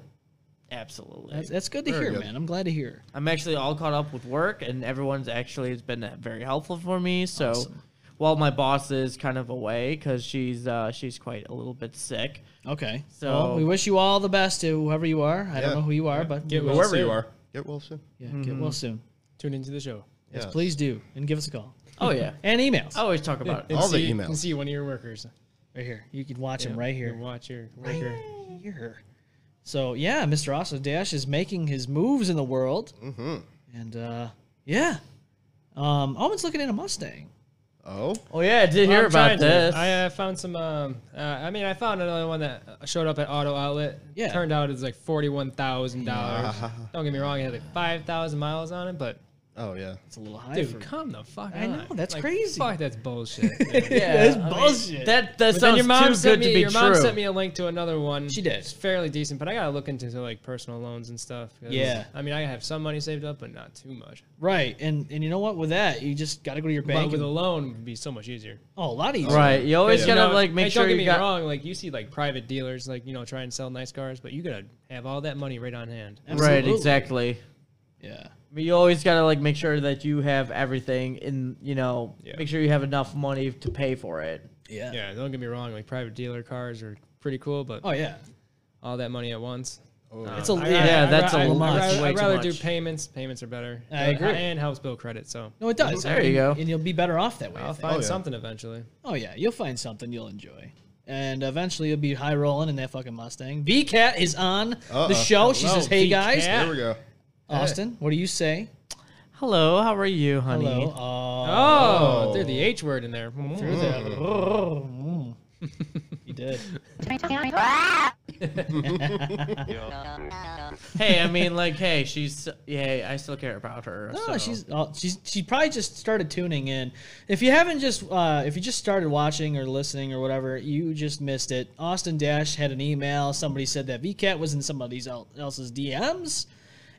absolutely.
That's, that's good to
Very
hear,
good.
man. I'm glad to hear.
I'm actually all caught up with work, and everyone's actually has been very helpful for me. So, while my boss is kind of away because she's uh, she's quite a little bit sick.
Okay. So
So-
we wish you all the best to whoever you are. I
Yeah.
don't know who you are, but
Get
we will
well
soon.
soon.
Wherever you are, get well soon.
Yeah, get well soon.
Tune into the show.
Yes,
Yeah.
please do, and give us a call
Oh yeah,
and emails
I always talk about it.
All the
see,
emails.
And see one of your workers.
right here. You can watch them right
You
here.
can watch your worker.
Here. So yeah, Mr. Austin Dash is making his moves in the world,
Mhm.
and uh, yeah, um, Owen's looking at a Mustang.
Oh.
Oh yeah, I did
Well,
hear
I'm trying
about
to.
this.
I uh, found some. Um, uh, I mean, I found another one that uh, showed up at Auto Outlet.
Yeah.
Turned out it's like forty-one thousand dollars. Don't get me wrong, it had like five thousand miles on it, but
Oh yeah.
It's a little high.
dude,
for-
come the fuck
I
on.
know, that's
Like,
crazy.
Fuck, that's bullshit. man.
yeah,
That's
I mean,
bullshit.
that that
But then
sounds
your mom
too good
sent me,
to be
your
true.
mom sent me a link to another one.
She did.
It's fairly decent, but I gotta look into like personal loans and stuff. 'cause,
Yeah.
I mean, I have some money saved up, but not too much.
Right, and and you know what? With that, you just got to go to your
But
bank.
with a
and-
loan, would be so much easier.
oh, a lot easier.
right, you always
Yeah.
gotta
No,
like make
hey,
sure
don't get
you
me
got.
wrong. Like you see, like private dealers, like you know, try and sell nice cars, but you gotta have all that money right on hand.
Absolutely.
Right, exactly.
Yeah.
But you always gotta like make sure that you have everything in you know
Yeah.
make sure you have enough money to pay for it.
Yeah.
Yeah, don't get me wrong. Like private dealer cars are pretty cool, but
Oh yeah. Oh,
all that money at once. uh,
It's a
I-
yeah.
Yeah,
I-
that's
I-
a
I'd
lot.
rather-
That's way
I'd
too
rather
much.
do payments. Payments are better.
I agree.
And helps build credit. So
No, it does.
There you go.
And you'll be better off that way. I
I'll
think.
find
Oh, yeah.
something eventually.
Oh yeah, you'll find something you'll enjoy. And eventually you'll be high rolling in that fucking Mustang. V Cat is on
Uh-oh.
Uh-uh.
the show. She says, "Hey guys,
V-Cat.
Here we go.
Austin, what do you say?"
Hello, how are you, honey?
Hello. Uh, Oh,
Oh,
Oh.
threw the H word in there. Mm.
through that. Oh, mm. you did.
hey, I mean, like, hey, she's yeah, I still care about her.
No,
so.
she's oh, she's she probably just started tuning in. If you haven't just uh, if you just started watching or listening or whatever, you just missed it. Austin Dash had an email. Somebody said that VCat was in somebody's el- else's DMs,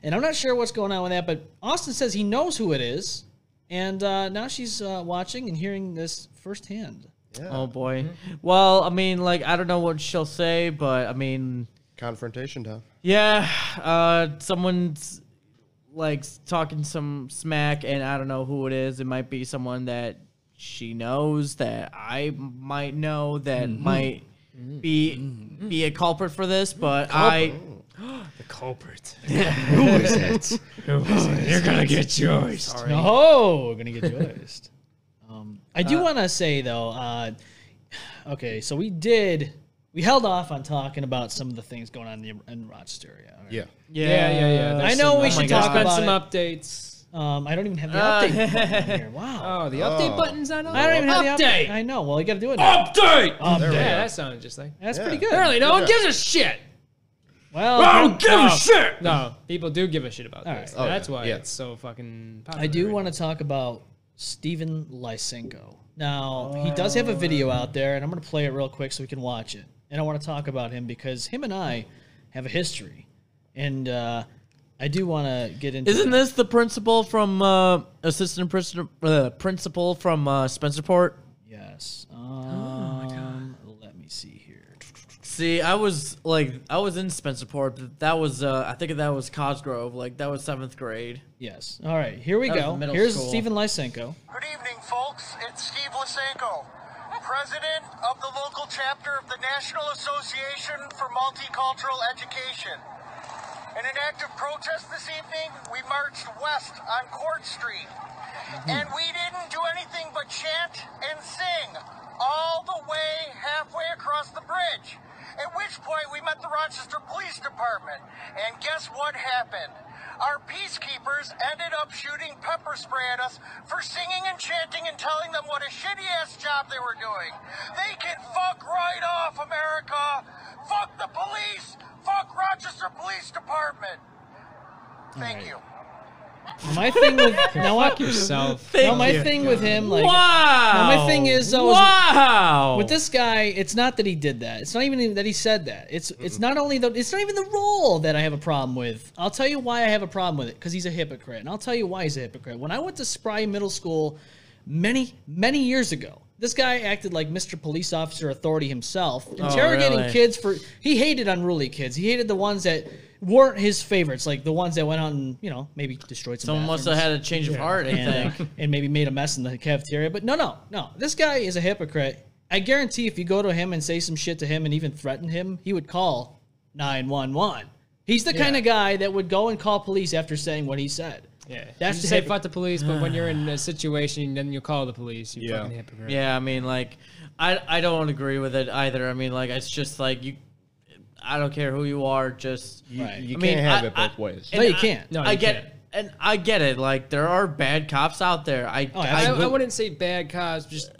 and I'm not sure what's going on with that. But Austin says he knows who it is, and uh, now she's uh, watching and hearing this firsthand.
Oh boy. Well, I mean, like, I don't know what she'll say, but I mean,
Confrontation time.
yeah, uh, someone's like s- talking some smack, and I don't know who it is. It might be someone that she knows that I m- might know that might be be a culprit for this, but I.
the culprit.
Who
is it? You're gonna get
yours.
joiced.
No, we're gonna get joiced. um, I do want to say though. Uh, okay, so we did. We held off on talking about some of the things going on in, in Rochester area. all right?
Yeah.
Yeah, yeah, yeah.
I
There's
know
some-
we
oh my
should
God.
talk
There's
about
been
it.
some updates.
Um, I don't even have the
Uh,
update button on here. Wow.
Oh, the update
Oh.
button's not on.
I don't even have the
Update!
update. I know. Well, you got to do it. Now.
Update.
There we
Yeah,
go.
that sounded just like.
That's
Yeah.
pretty good.
Apparently, no one
Good
gives a shit.
Well,
Oh,
good.
give a shit. No, people do give a shit about
All
this.
right. Oh,
That's
yeah.
why
Yeah.
it's so fucking. Popular
I do
right
want to talk about Stephen Lysenko. Now, he does have a video out there, and I'm going to play it real quick so we can watch it. And I want to talk about him because him and I have a history. And uh, I do want to get into
Isn't this the principal from uh, assistant principal uh, principal from uh, Spencerport?
Yes. Um, Let me see here.
See, I was like, I was in Spencerport, but that was, uh, I think that was Cosgrove. Like, that was seventh grade.
Yes. All right. Here we
That was
go.
middle
Here's
school.
Stephen Lysenko.
Good evening, folks. It's Steve Lysenko, president of the local chapter of the National Association for Multicultural Education. In an act of protest this evening, we marched west on Court Street. And we didn't do anything but chant and sing all the way halfway across the bridge. At which point, we met the Rochester Police Department. And guess what happened? Our peacekeepers ended up shooting pepper spray at us for singing and chanting and telling them what a shitty ass job they were doing. They can fuck right off, America. Fuck the police. Fuck Rochester Police Department. Thank you.
My thing with now what-
Fuck yourself.
no, my
you.
thing with him, like,
wow.
now my thing is, though, is-
wow.
with this guy, it's not that he did that. It's not even that he said that. It's it's not only the it's not even the role that I have a problem with. I'll tell you why I have a problem with it because he's a hypocrite, and I'll tell you why he's a hypocrite. When I went to Spry Middle School, many many years ago, this guy acted like Mr. Police Officer Authority himself, interrogating
Oh, really?
kids for he hated unruly kids. He hated the ones that weren't his favorites, like the ones that went out and you know maybe destroyed some.
Someone must have
bathrooms
had a change of heart, I
and,
think.
uh, and maybe made a mess in the cafeteria. But no, no, no. This guy is a hypocrite. I guarantee if you go to him and say some shit to him and even threaten him, he would call 911. He's the kind of guy that would go and call police after saying what he said.
Yeah.
That's
That's
the
you say
hypocr-
fuck the police, but when you're in a situation, then you call the police. You
Yeah.
fucking hypocrite.
yeah, I mean, like, I, I don't agree with it either. I mean, like, it's just like, you, I don't care who you are, just.
You,
Right.
you
I mean,
can't have
I-
it both
I-
ways.
No, you
and I-
can't.
No,
I
you
get
can't.
And I get it. Like, there are bad cops out there. I,
Oh,
I,
I,
I wouldn't say bad cops, just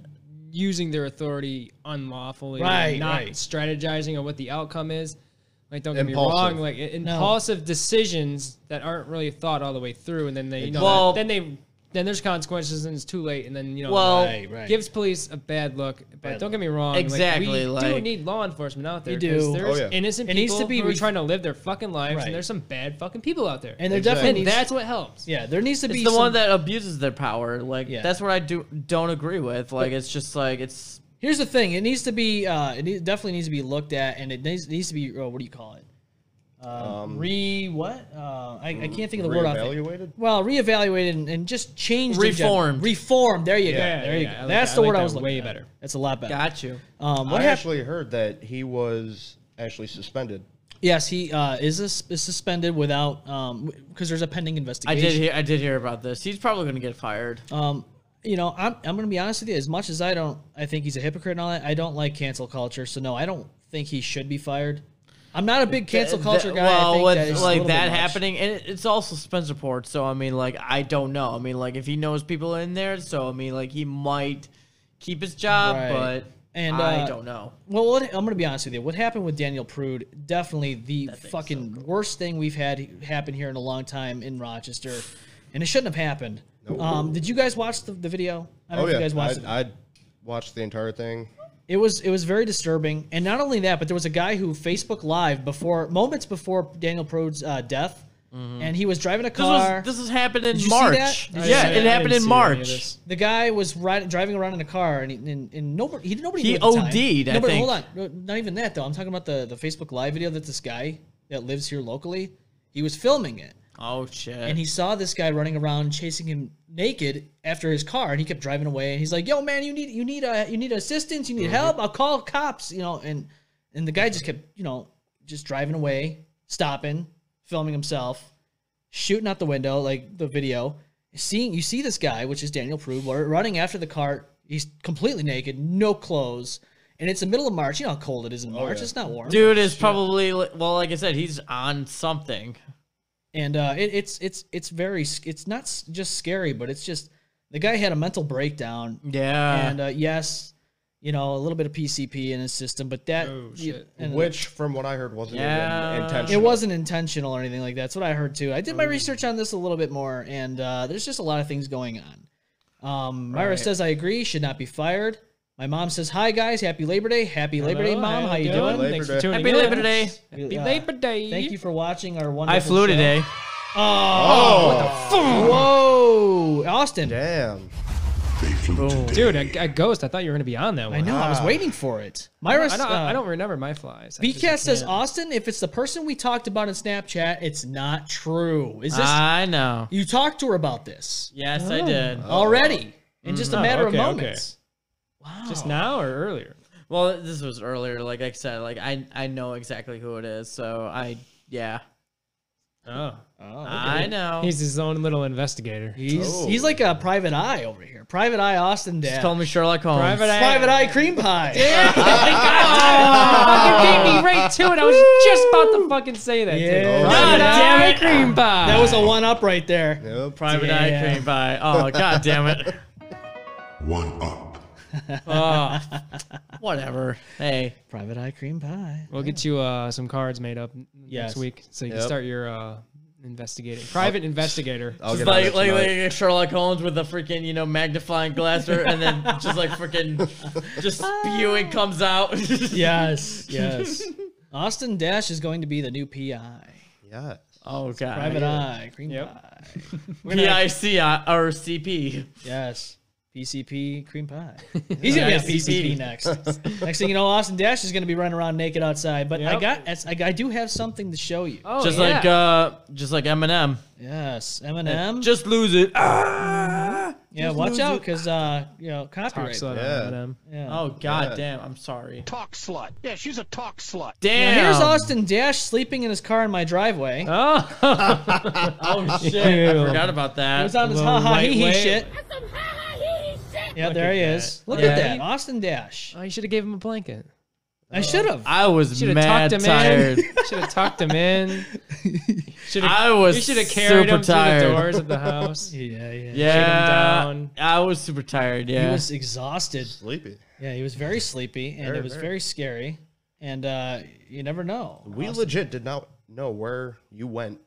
using their authority unlawfully,
Right,
not
right.
strategizing on what the outcome is. Like, don't get
Impulsive.
me wrong, like i- impulsive decisions that aren't really thought all the way through, and then they, you know,
Well-
then they, then there's consequences, and it's too late, and then you know,
Well-
Right, right.
gives police a bad look. But
Bad
don't
look.
get me wrong,
Exactly,
Like, we do
like-
need law enforcement out there.
You
'cause
do.
There's
Oh, yeah.
innocent
It
people
needs to be
who are
ref-
trying to live their fucking lives,
Right.
and there's some bad fucking people out there.
And there
Exactly.
definitely
and
needs-
that's what helps.
yeah, there needs to
it's
be
the
some,
one that abuses their power. Like,
Yeah.
that's what I do don't agree with. Like, it's just like, it's.
Here's the thing: it needs to be, uh, it need- definitely needs to be looked at, and it needs, needs to be. Oh, what do you call it? Um, re what? Uh, I, I can't think of the word. off the-
Reevaluated?
Well, reevaluated and, and just changed. in general.
Reformed.
Reformed. There you
Yeah,
go. There you
yeah, I
go.
like
That's
that.
the
I like
word I
that
was looking
way
at.
better.
That's a lot better.
Got you.
Um, what
I
happened?
actually heard that he was actually suspended.
Yes, he uh, is, this, is suspended without um because there's a pending
I
investigation.
did hear. I did hear about this. He's probably gonna get fired.
Um, you know, I'm I'm gonna be honest with you. As much as I don't, I think he's a hypocrite and all that. I don't like cancel culture, so no, I don't think he should be fired. I'm not a big cancel
Th-
culture
th-
guy. I
Well,
think
with
that is a
like
little bit
that
much.
happening, and it- it's also Spencerport. So I mean, like I don't know. I mean, like if he knows people in there, so I mean, like he might keep his job,
Right.
but.
And
I
uh,
don't know.
Well, what, I'm going to be honest with you. What happened with Daniel Prude? Definitely the fucking worst thing we've had happen here in a long time in Rochester, and it shouldn't have happened. Um, did you guys watch the, the video? I don't know if you guys watched it.
Oh, I, I watched the entire thing.
It was it was very disturbing, and not only that, but there was a guy who Facebook Live before moments before Daniel Prude's uh, death, and he was driving a
Mm-hmm. This was-
car.
this was happened in
Did you see
March.
that? Did you
Yeah,
see
it
that?
happened
I didn't
in
see
March.
any of this. The guy was riding, driving around in a car, and, he- and, and nobody he did nobody.
He
knew at the time.
OD'd, I
Nobody-
think.
Hold on, No, not even that though. I'm talking about the the Facebook Live video that this guy that lives here locally, he was filming it.
Oh shit!
And he saw this guy running around chasing him naked after his car, and he kept driving away. And he's like, "Yo, man, you need you need uh, you need assistance. You need
Mm-hmm.
help. I'll call cops." You know, and and the guy just kept you know just driving away, stopping, filming himself, shooting out the window like the video. Seeing you see this guy, which is Daniel Prude, wa- running after the cart. He's completely naked, no clothes, and it's the middle of March. You know how cold it is in March.
Oh, yeah.
It's not warm.
Dude is
Shit.
probably li- well, like I said, he's on something.
and uh, it, it's it's it's very sc- it's not s- just scary, but it's just the guy had a mental breakdown.
Yeah.
and uh, yes, you know a little bit of PCP in his system, but that you- and-
Which, from what I heard, wasn't even
It
intentional.
wasn't intentional or anything like that. That's what I heard too. I did my research on this a little bit more, and uh, there's just a lot of things going on. Um, Myra
Right.
says I agree, should not be fired. My mom says, "Hi guys, happy Labor Day, happy Labor Day,
Hello,
mom. How you doing?
Thanks for tuning
Happy
in.
Labor Day.
Happy Labor Day.
Thank you for watching our wonderful.
I flew
show.
today.
Oh, Whoa, Austin.
Damn.
Dude, a, a ghost. I thought you were going to be on that one.
I know. I was waiting for it. Myra.
I don't,
uh,
I don't remember my flies. I just- I
BCast says
can't.
Austin. If it's the person we talked about in Snapchat, it's not true. Is this?
Ah.
I know.
you talked to her about this
Yes, I
Oh.
did.
already in just a
Oh,
matter
okay,
of
okay.
moments. Wow.
Just now or earlier?
Well, this was earlier. Like I said, like I I know exactly who it is. So I yeah.
Oh.
I know.
He's his own little investigator.
He's
Oh.
he's like a private eye over here. Private eye, Austin. Dad.
Just call me Sherlock Holmes.
Private eye.
Private eye cream pie. Yeah.
Ah!
you beat me right to it. I was just about to fucking say that.
Yeah.
Dude.
Oh,
Private
damn
eye
it.
cream pie.
That was a one up right there.
Private
Yeah.
eye cream pie. Oh god damn it.
One up.
Oh, whatever. Hey.
Private eye cream pie.
We'll get you uh, some cards made up n-
Yes.
next week, so you
Yep.
can start your uh, investigating private investigator.
I'll
Just
get on it
like, like,
tonight.
like Sherlock Holmes with a freaking, you know, magnifying glass or, and then just like freaking just spewing comes out.
Yes. Yes. Austin Dash is going to be the new PI.
Yeah.
Oh god.
Private eye cream
Yep.
pie.
PIC or CP.
Yes. PCP cream pie. He's gonna be on PCP next. next thing you know, Austin Dash is gonna be running around naked outside. But I
Yep.
got, as- I, I do have something to show you.
Oh,
just
yeah.
like uh just like Eminem.
Yes, Eminem.
Just lose it.
yeah, watch out, cause uh, you know,
Talk
copyright.
slow down,
Yeah.
Eminem.
Yeah.
Oh god damn, I'm sorry.
Talk slut. Yeah, she's a talk slut.
Damn.
Now, here's Austin Dash sleeping in his car in my driveway.
Oh,
Oh shit. I forgot about
He
that.
was on his
Well,
ha ha hee hee
lightweight.
shit. Yeah, there
at
he
that.
is. Look
Yeah.
at that, Austin Dash.
oh, you should have gave him a blanket.
I should have.
I was
Should have
mad
tucked him
tired.
in. Should have tucked him in. Should
I was
You should have carried
super
him
tired.
through the doors of the house.
Yeah, yeah.
Yeah,
down.
I was super tired.
He
Yeah,
was exhausted.
Sleepy.
Yeah, he was very sleepy, and
Very,
it was very,
very.
scary. And uh, you never know.
We
Austin.
legit did not know where you went.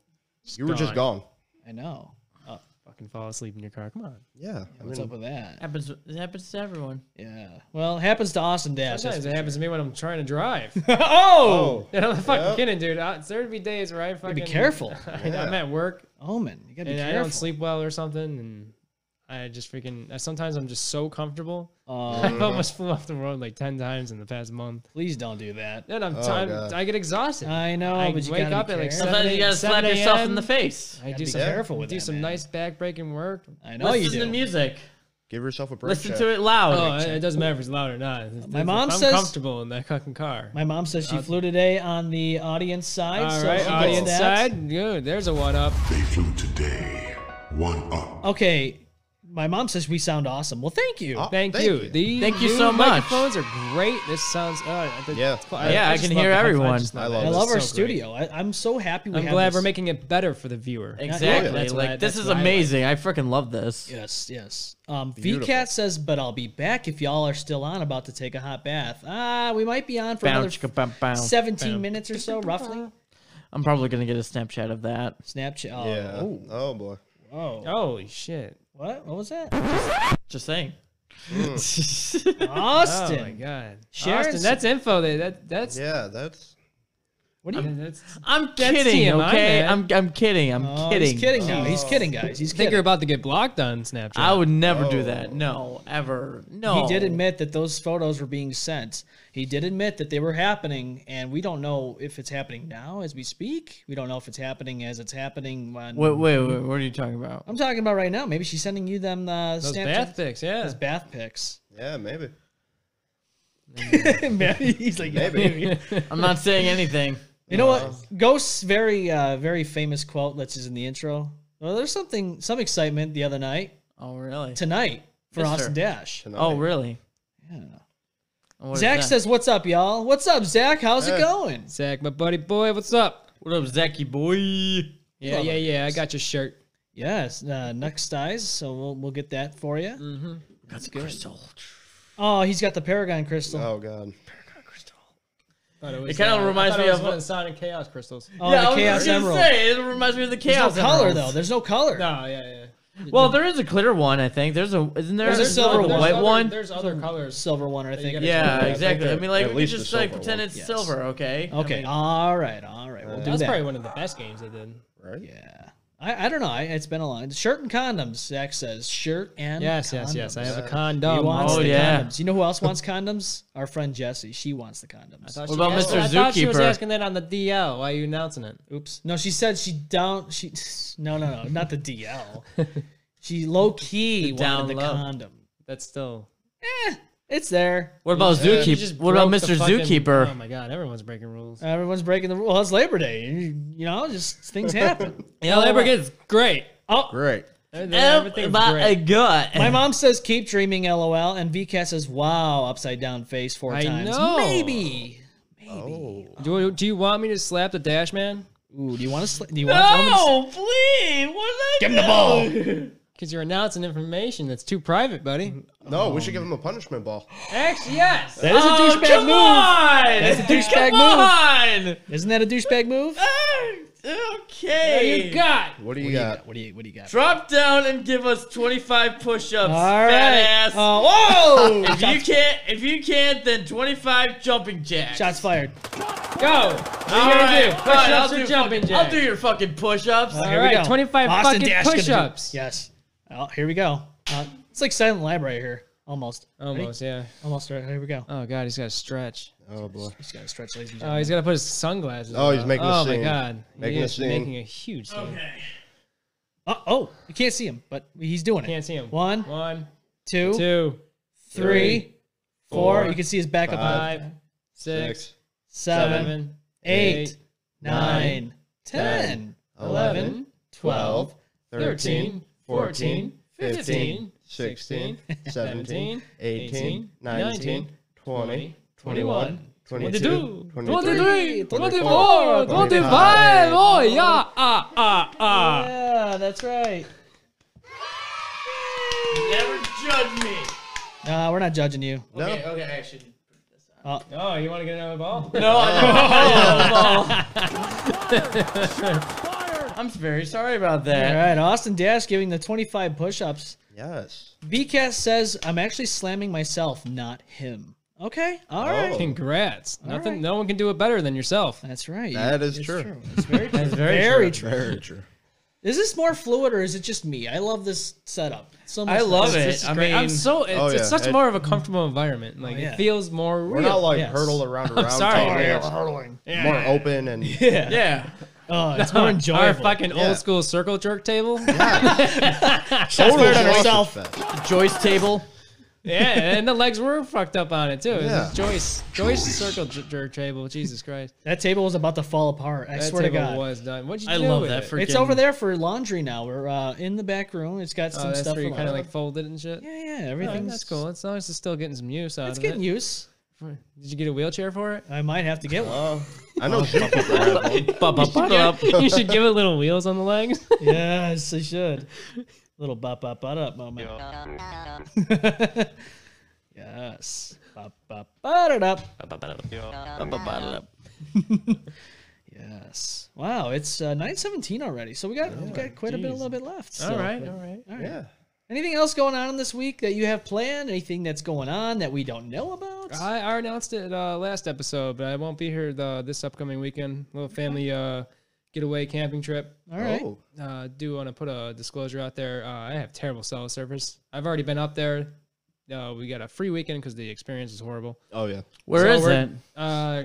you were just
gone.
gone.
I know. Oh,
Fucking fall asleep in your car. Come on.
Yeah. I
what's
mean,
up with that?
happens. It happens to everyone.
Yeah. Well, it happens to Austin Dash.
Sometimes it happens to me when I'm trying to drive.
oh!
And I'm fucking
Yep.
kidding, dude. I, there'd be days where I fucking
Be careful,
I, am at work
Omen. You gotta be
and I
careful.
don't sleep well or something, and I just freaking. I, sometimes I'm just so comfortable.
Oh,
I've almost flew off the road like ten times in the past month.
please don't do that.
Then I'm,
Oh,
time,
God.
I get exhausted.
I know,
I
but you
wake
gotta
up
be
at like
careful.
seven.
Sometimes you gotta
7
slap yourself in the
a.m..
face.
I do
be
some
careful with
do
that,
some
man.
nice back breaking work.
I know
Listen
you
to
do.
the music.
give yourself a break.
Listen
Shaq.
to it loud.
Oh, it, it doesn't matter if it's loud or not. It's-
My
it's-
mom
I'm
says-
comfortable in that fucking car.
My mom says she flew today on the audience side.
All
so
right,
she gets
audience
that.
side, dude. There's a one up.
They flew today. One up.
Okay, My mom says we sound awesome. Well, thank you.
thank, you. The
Thank you
new
so much.
Microphones are great. This sounds. Uh, the,
Yeah.
Yeah, I
just
can
love
hear
the
everyone.
headphones. just
I love
I
this.
love our
so great.
studio. I, I'm so happy we
I'm
have
glad
this.
we're making it better for the viewer.
Exactly.
That's what
like
I-
this
that's
is
what I like.
amazing. I freaking love this.
Yes, yes. Um,
Beautiful.
VCat says, but I'll be back if y'all are still on about to take a hot bath. Ah, we might be on for
Bow,
another
chicka, bow, bow.
17
Bow.
minutes or so, roughly.
I'm probably gonna get a Snapchat of that.
Snapchat. Oh,
Yeah.
oh,
Oh, boy.
oh.
Holy shit!
What? What was that?
Just saying.
Austin.
Oh my god,
Sharon
Austin, that's info. There. That that's
Yeah, that's
what do you? That's,
I'm
That's
kidding,
TMI,
okay?
man.
I'm I'm kidding. I'm
Oh,
kidding.
He's kidding now. He's kidding, guys. He's
I think
kidding.
you're about to get blocked on Snapchat.
I would never do that. No, ever. No.
He did admit that those photos were being sent. He did admit that they were happening, and we don't know if it's happening now as we speak. We don't know if it's happening as it's happening when.
Wait, wait, wait. What are you talking about?
I'm talking about right now. Maybe she's sending you them uh,
Those
Snapchat-
bath pics, yeah.
Those bath pics.
yeah, maybe.
Maybe he's like, yeah,
Maybe.
maybe.
I'm not saying anything.
You know what? Ghost's very, uh, very famous quote that's just in the intro. Well, there's something, some excitement the other night,
Oh, really?
tonight for
Yes, sir.
Austin Dash.
Oh, really? Yeah.
Zach says, "What's up, y'all? What's up, Zach? How's it
Hey.
going?
Zach, my buddy boy, what's up?
"What up, Zachy boy?"
Yeah, yeah, yeah. I got your shirt.
Yes, uh, next eyes. So we'll we'll get that for you.
Mm.
That's good. Crystal.
Oh, he's got the Paragon crystal.
Oh god.
It kinda reminds me of-
one the Sonic Chaos crystals.
Oh,
yeah,
the
I was
Chaos
just gonna
Emerald.
say it reminds me of the Chaos
There's no color
Emeralds.
though. There's no color.
No, yeah, yeah.
Well, there is a clear one, I think. There's a isn't there
There's a
there's
silver
like a
one.
white
other,
one?
There's other colors.
Silver one, I think.
gotta
Yeah,
Yeah, I
exactly. I
think
mean, like we
at
could
least the
just like
silver
pretend
one.
it's
Yes.
silver, okay? I
Okay.
mean,
all right. All right. We'll do
Uh, That's
that.
probably one of the best games they did.
Right?
yeah. I, I don't know. I, it's been a long. Shirt and condoms. Zach says shirt and condoms.
Yes, yes, yes. I have a
He
condom.
wants
Oh,
the
yeah.
condoms. You know who else wants condoms? Our friend Jesse. She wants the condoms.
What about Mr.
I thought she was
Zookeeper?
asking that on the DL. Why are you announcing it?
Oops. No, she said she down. She no, no, no, not the DL. she low key
The
wanted
down
the
low.
condom.
That's still.
It's there.
what about
You
Zookeeper?
just
What about
broke the
Mr.
fucking-
Zookeeper?
Oh my god, everyone's breaking rules.
Everyone's breaking the rules. Well, it's Labor Day. You, you know, just things happen.
Yeah, Labor gets great. Oh,
Great.
Everything's
Oh, my
great.
god.
My mom says, "Keep dreaming, lol," and VCat says, "Wow, upside down face four
I
times."
know.
Maybe.
Oh.
Do, do you want me to slap the dash man?
Ooh, do you want to? Sl- do you want? I'm gonna
No, please. What did I Give him the
Because you're announcing information that's too private, buddy.
No, we should give him a punishment ball.
Actually, yes.
That is a
Oh,
douchebag
come
move.
on.
That's a douchebag
come on.
sl- Isn't that a douchebag move?
Ah, Okay.
you got.
What do you got?
What do you? What do you got?
Drop down and give us 25 push-ups,
All
fat
right.
ass.
Oh, whoa!
if you can't, if you can't, then 25 jumping jacks.
Shots fired.
Go. What are you
All
gonna
right,
do?
fine,
Push
I'll
ups
do
or jumping
fucking-
jacks?
I'll do your fucking push-ups.
All
Here we go. 25 fucking
Dash gonna do-
push-ups.
Yes. Oh, here we go. Uh, it's like Silent Lab right here. Almost. Ready?
Almost, yeah.
Almost. Right. Here we go.
Oh god, he's got to stretch.
Oh boy.
He's got to stretch, ladies and
Oh,
gentlemen.
he's got to put his sunglasses.
Oh, he's
on.
making a
Oh my
scene.
god,
Making
he
a
is
scene.
making a huge scene.
Uh, oh, you can't see him, but he's doing it.
Can't see him.
One,
One,
two,
two,
three, four.
four,
You can see his back up.
five, six,
Six.
Seven,
seven,
eight,
eight,
nine, ten, eleven, twelve,
thirteen, fourteen, fifteen,
16, 17,
18,
18, 19, 20, 21,
22,
22, 23,
23, 24,
24,
25. Oh, yeah. Ah, ah, ah.
Yeah, Oh, that's right.
Never judge me.
Nah, Uh, we're not judging you.
No.
Okay, okay, I should.
Oh, you want to get another ball?
No, I never had a ball. I'm very sorry about
All
that.
right, Austin Dash giving the 25 push-ups.
Yes.
VCast says, I'm actually slamming myself, not him. Okay, all right.
Oh,
Congrats. Nothing.
right.
No one can do it better than yourself.
That's right.
That is
It's
true.
It's very true.
That's
very,
very
true.
Very true.
Is this more fluid or is it just me? I love this setup. So much
I love
nicer.
it. I
Great.
mean,
I'm so. It's,
Oh,
it's
yeah.
such
It-
more of a comfortable environment. Like
yeah.
it feels more
We're
real.
not like
yes.
hurtled around around.
sorry.
table.
Yeah,
It's
hurtling.
More open and
Yeah.
yeah.
Oh, it's more enjoyable.
Our fucking
Yeah.
old school circle jerk table.
Shots fired on
Total
herself.
choices fest.
Joyce table.
yeah, and the legs were fucked up on it too. It was
Yeah.
Joyce, Joyce circle j- jerk table. Jesus Christ,
That table was about to fall apart. I
That
swear to
table
God.
was done. What'd you
I
do
love
with
that
it?
freaking-
It's over there for laundry now. We're uh, in the back room. It's got
Oh,
some
that's
stuff.
where you
for
kind of
laundry.
like folded and shit.
Yeah, yeah,
Alright,
everything's-
that's cool. As long as it's still getting some use out
It's
of it.
getting use.
Did you get a wheelchair for it?
I might have to get one.
Uh, I know two people
You should give- you should give it little wheels on the legs.
yes, I should. Little bop bop bop up moment. yes. Bop bop bop it up. Yes. Wow, it's uh, nine seventeen already. So we got we got quite a bit, a
Jeez.
little bit left.
All
so-
right, all right.
all right. Anything else going on this week that you have planned? Anything that's going on that we don't know about?
I, I announced it uh, last episode, but I won't be here the, this upcoming weekend. Little family uh, getaway camping trip.
All right. Oh.
Uh, do want to put a disclosure out there. Uh, I have terrible cell service. I've already been up there. Uh, we got a free weekend because the experience is horrible.
Oh, yeah.
Where
Where
is
is
it?
Uh,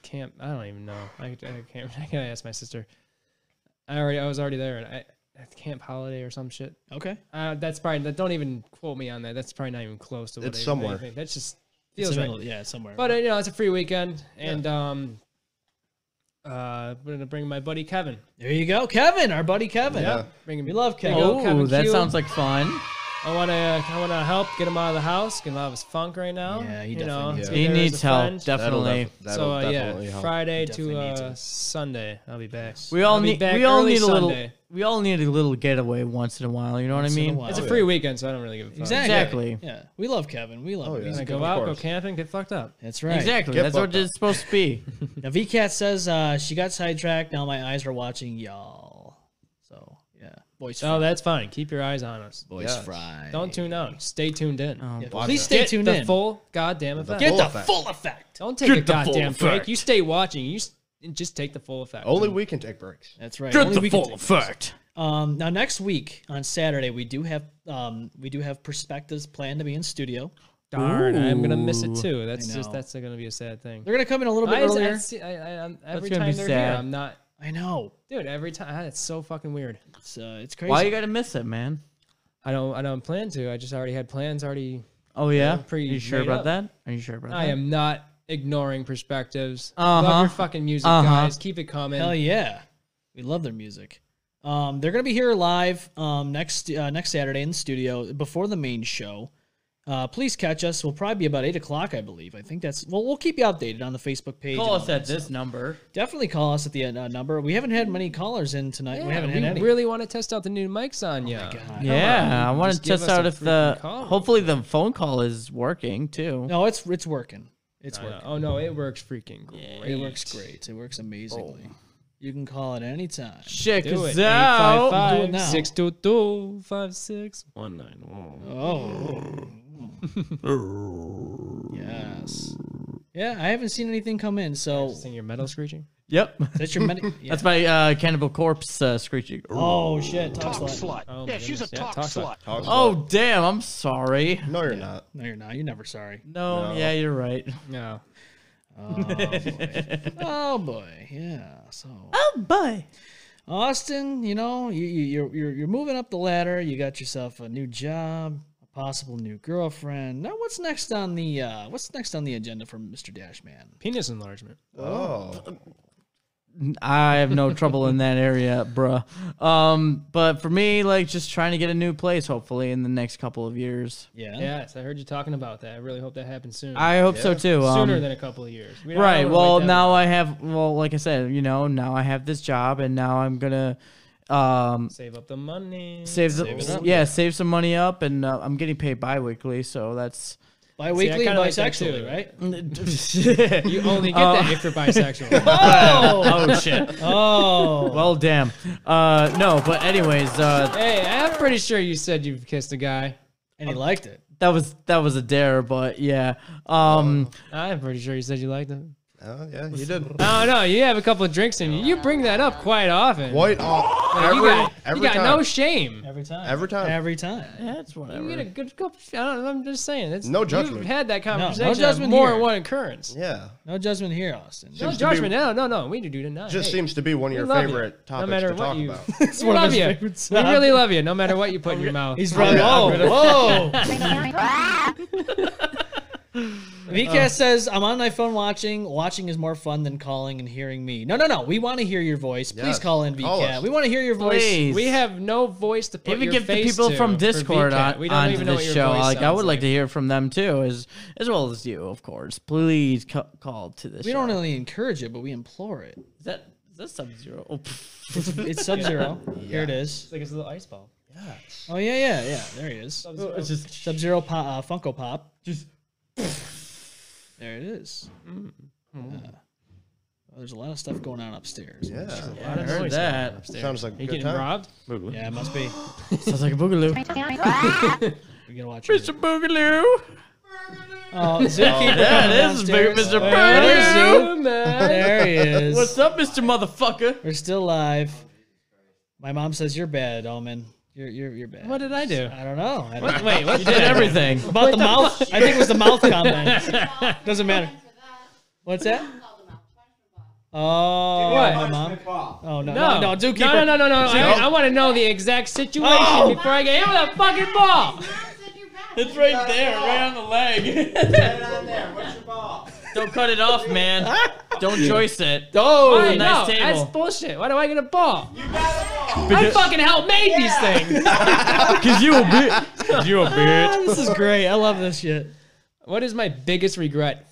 camp. I don't even know. I, I can't. I gotta ask my sister. I already. I was already there, and I at Camp Holiday or some shit.
Okay.
Uh, that's probably. that- Don't even quote me on that. That's probably not even close to. What
It's
I-
somewhere.
anything. That's just
It's
feels
in the
right.
middle- yeah, somewhere.
But uh, you know, it's a free weekend, and um, uh, I'm gonna bring my buddy Kevin.
There you go, Kevin, our buddy Kevin.
Yeah. Bring him-
We love Kevin.
Go, Kevin
Oh, that
Q.
sounds like fun.
I want to. I want to help get him out of the house. Get him out of his funk right now.
Yeah, he
you
definitely
know,
needs
to
it. He
be there as
needs
a
help,
friend.
definitely. That'll def-
so uh,
that'll definitely
yeah,
help.
Friday to
Definitely needs
uh,
it.
Sunday, I'll be back.
We all
I'll be
need.
back
We all
early
need a little.
Sunday.
We all need a little getaway once in a while. You know what I
Once in a
mean?
while.
It's a
Oh,
free weekend, so I don't really give a fuck.
Exactly.
Exactly.
Yeah, we love Kevin. We love
Oh,
him.
yeah.
He's
I
a
go
good-
out, go
course.
camping, get fucked up.
That's right.
Exactly.
Get
That's what
fucked up.
it's supposed to be.
Now VCat says uh, she got sidetracked. Now my eyes are watching y'all. So yeah, voice.
Oh, that's fine. Keep your eyes on us.
voice
yeah.
fry.
Don't tune out. Stay tuned in.
Yeah,
watch
please
it.
Oh, stay
Get
tuned
the
in.
full goddamn effect.
Get
Full
the
effect.
full effect.
Don't take a
Get the full
goddamn break.
effect.
You stay watching. You s- and just take the full effect.
Oh.
Only we can take breaks.
That's right.
Get
Only
the
we can
full
take-
effect.
Um, now next week on Saturday we do have um, we do have perspectives planned to be in studio.
darn. I'm gonna miss it too.
I
That's just
know.
that's gonna be a sad thing.
They're gonna come in a little bit
I, I
earlier.
see- I- I- I'm- every
gonna be
time they're
sad.
here, I'm not.
I know.
Dude, every time it's so fucking weird.
It's uh, it's crazy.
Why you gotta miss it, man?
I don't. I don't plan to. I just already had plans already.
Oh yeah.
pretty
Are you sure
made
about
up.
that? Are you sure about
I
that?
am not ignoring perspectives.
Uh-huh.
Love your fucking music,
Uh-huh.
guys. Keep it coming.
Hell Oh, yeah, we love their music. Um, they're gonna be here live um, next uh, next Saturday in the studio before the main show. Uh, please catch us. We'll probably be about eight o'clock, I believe. I think that's. Well, we'll keep you updated on the Facebook page. and
Call
all
us
that
at this number.
Definitely call us at the uh, number. We haven't had many callers in tonight.
Yeah,
we haven't
we
had any. Oh
really want to test out the new mics on you.
Yeah, I want to
Just give
test
us a
out if the
freaking call.
hopefully the phone call is working too.
no, it's it's working. It's working.
Oh no, it works freaking great.
It works great. It works amazingly.
Oh.
You can call at any time.
Check
Do
us
it.
out.
Do it now.
855-622-5619.
Oh. yes. Yeah, I haven't seen anything come in. So
Seeing your metal screeching?
Yep,
that's your medi- yeah.
that's my uh, Cannibal Corpse uh, screeching.
Oh shit, talk
Talk
slut.
slut.
Oh my
yeah, she's a
goodness. Yeah,
talk,
talk
slut.
slut.
Talk
Oh damn, I'm sorry.
slow. no, you're not.
No, you're not. You're never sorry.
No,
No.
yeah, you're right.
No.
Oh boy, yeah. So
Oh boy.
Austin, you know, you, you you're, you're you're moving up the ladder. You got yourself a new job, a possible new girlfriend. Now, what's next on the uh, what's next on the agenda for Mr. Dashman?
Penis enlargement.
Oh.
I have no trouble in that area, bruh. Um, but for me, like just trying to get a new place, hopefully in the next couple of years.
Yeah.
Yes, I heard you talking about that. I really hope that happens soon.
I hope so too. Um,
Sooner than a couple of years. We don't- I don't
right.
wanna
Well,
wait that
now
long.
I have. Well, like I said, you know, now I have this job, and now I'm gonna um
Save up the money.
save the
it up.
yeah save some money up, and uh, I'm getting paid biweekly, so that's
Biweekly,
kinda like that
bisexually,
too.
right?
You only get that if you're bisexual.
Oh,
oh shit.
oh,
Well, damn. Uh, no, but anyways, uh,
hey, I'm pretty sure you said you've kissed a guy.
and he liked it.
that was that was a dare, but yeah. Um,
I'm pretty sure you said you liked him.
Oh yeah, you did.
No, no, you have a couple of drinks in you. You bring that up quite often.
Quite often.
Like, you
Every-
got,
every
you got
time.
no shame.
Every time.
Every time.
Every time.
Yeah, that's whatever.
You get a good cup. Of, I don't, I'm just saying. It's,
No judgment.
You've had that
No, no
conversation. on
judgment
More
here.
than one occurrence.
Yeah.
No judgment here, Austin.
No
to be-
judgment. no, no, no. We do do not.
Just
Hey,
seems to be one of
we
your
love you,
favorite
no
topics
matter
to
what
talk
you,
about.
It's
we
one of
love
his
you.
favorites.
We really love you, no matter what you put in your mouth.
He's right. Whoa, whoa. Vika says, I'm on my phone watching. Watching is more fun than calling and hearing me. No, no, no. We want to hear your voice. Please
Yes.
call in,
Call
VCAT.
us.
We want to hear your voice.
Please.
We have no voice to put
Even
your
give the
face
people
to
from
for
Discord
VCAT.
on,
uh, We don't
onto
even know
the
what your
show.
voice
Like, I
sounds
would like to hear from them too, as as well as you, of course. Please ca- call to this.
We
show.
don't only encourage it, but we implore it.
Is that is that sub zero? Oh, pff.
It's, it's sub zero. Here it is.
It's like it's a little ice ball.
Oh, yeah, yeah, yeah. There he is.
Sub-Zero. It's just-
Sub Zero po- uh, Funko Pop. Just. There it is. Uh, well, there's a lot of stuff going on upstairs.
Yeah.
There's a lot
I
of
heard
noise
that.
Sounds like a
You
good
getting
time.
robbed?
going on. Yeah, it must be.
Sounds like a boogaloo.
We gotta watch.
Mr. Boogaloo.
Oh, zookeeper!
Yeah,
coming
this is big
downstairs.
Mr.
There's
Boogaloo.
Zoo. There he is.
What's up, Mr. Motherfucker?
We're still live. My mom says you're bad, Omen. You're you're you're bad.
What did I do?
I don't know. I don't know.
Wait, what
You did everything.
About the mouth, I think it was the mouth comment. Doesn't matter. What's that? Oh,
What?
my mom. Oh no,
No,
no, no, Zookeeper.
No, no, no, no, no. I,
Zookeeper.
I want to know the exact situation
Oh!
before I get hit with a fucking ball.
It's right there, right on the leg. Don't cut it off, man. Don't joist it.
Oh,
Why?
nice
no,
table.
that's bullshit. Why do I get a ball? I fucking helped made these things.
Cause you a bitch. Cause you a bitch.
Ah, this is great. I love this shit.
What is my biggest regret?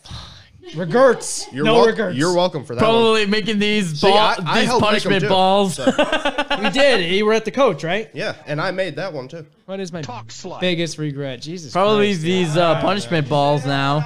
Regrets.
You're
no
wel-
regrets.
You're welcome for that. one.
Probably making these ball,
I- I
these
helped make
punishment
'em too,
balls.
You did. You were at the coach, right?
Yeah, and I made that one too.
What is my biggest regret? Jesus.
Probably
Christ.
these uh, punishment balls now.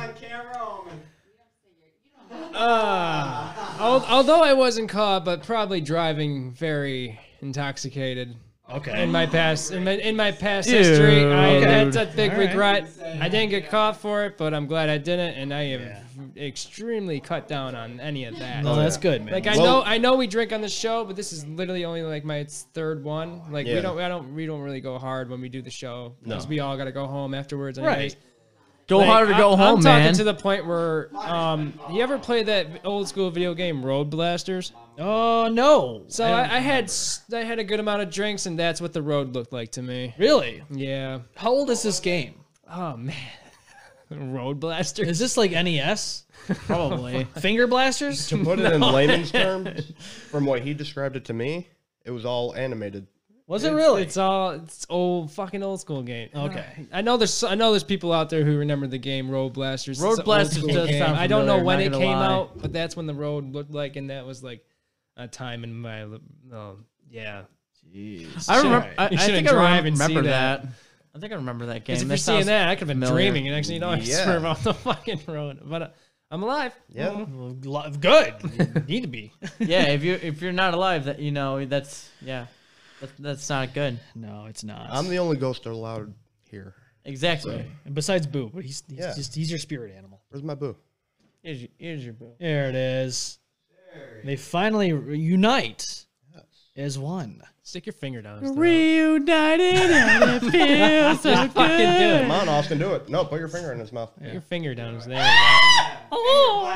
Ah. Al- Although I wasn't caught, but probably driving very intoxicated.
Okay.
In my past, in my, in my past
Dude.
history, I,
Okay.
that's a big
All right.
regret. I didn't get caught for it, but I'm glad I didn't, and I am extremely cut down on any of that.
Oh, that's good, man.
Like I know, I know we drink on the show, but this is literally only like my third one. Like we
Yeah.
don't, I don't, we don't really go hard when we do the show because we all gotta go home afterwards.
Right.
Anyways.
Go
Like,
hard or go
I'm-
home,
I'm
man.
talking to the point where, um, you ever play that old school video game Road Blasters?
Oh no.
So I, I had s- I had a good amount of drinks, and that's what the road looked like to me.
really.
Yeah.
How old is this game?
Oh man. road Blasters.
Is this like E NES?
Probably.
Finger blasters?
To put it in layman's terms, from what he described it to me, it was all animated.
Was it really?
It's all it's old fucking old school game.
Okay.
I know there's I know there's people out there who remember the game Road Blasters. It's
Road
an old
Blasters
school
does
game.
sound
I don't know
familiar,
when
not
it
gonna
came
lie.
out, but that's when the road looked like, and that was like a time in my li- um, yeah.
I remember.
Shouldn't-
I, I
you shouldn't
think I
drive
remember,
and see
that. I think I remember that game.
Because if
That
you're seeing
sounds
that, I could have been
familiar.
dreaming, and actually, no, I
Yeah.
swerve off the fucking road. But uh, I'm alive.
Yeah.
Lo- Good. You need to be.
yeah, if you if you're not alive, that you know that's yeah, that, that's not good.
No, it's not.
I'm the only ghost allowed here.
Exactly.
and besides Boo, but he's, he's
Yeah.
just he's your spirit animal.
Where's my boo?
Here's your, here's your boo.
There it is. They finally reunite as one.
Stick your finger down. his throat.
Reunited and it feels so good.
Come on, Austin, do it. No, put your finger in his mouth.
Put Your finger down. his- There you go.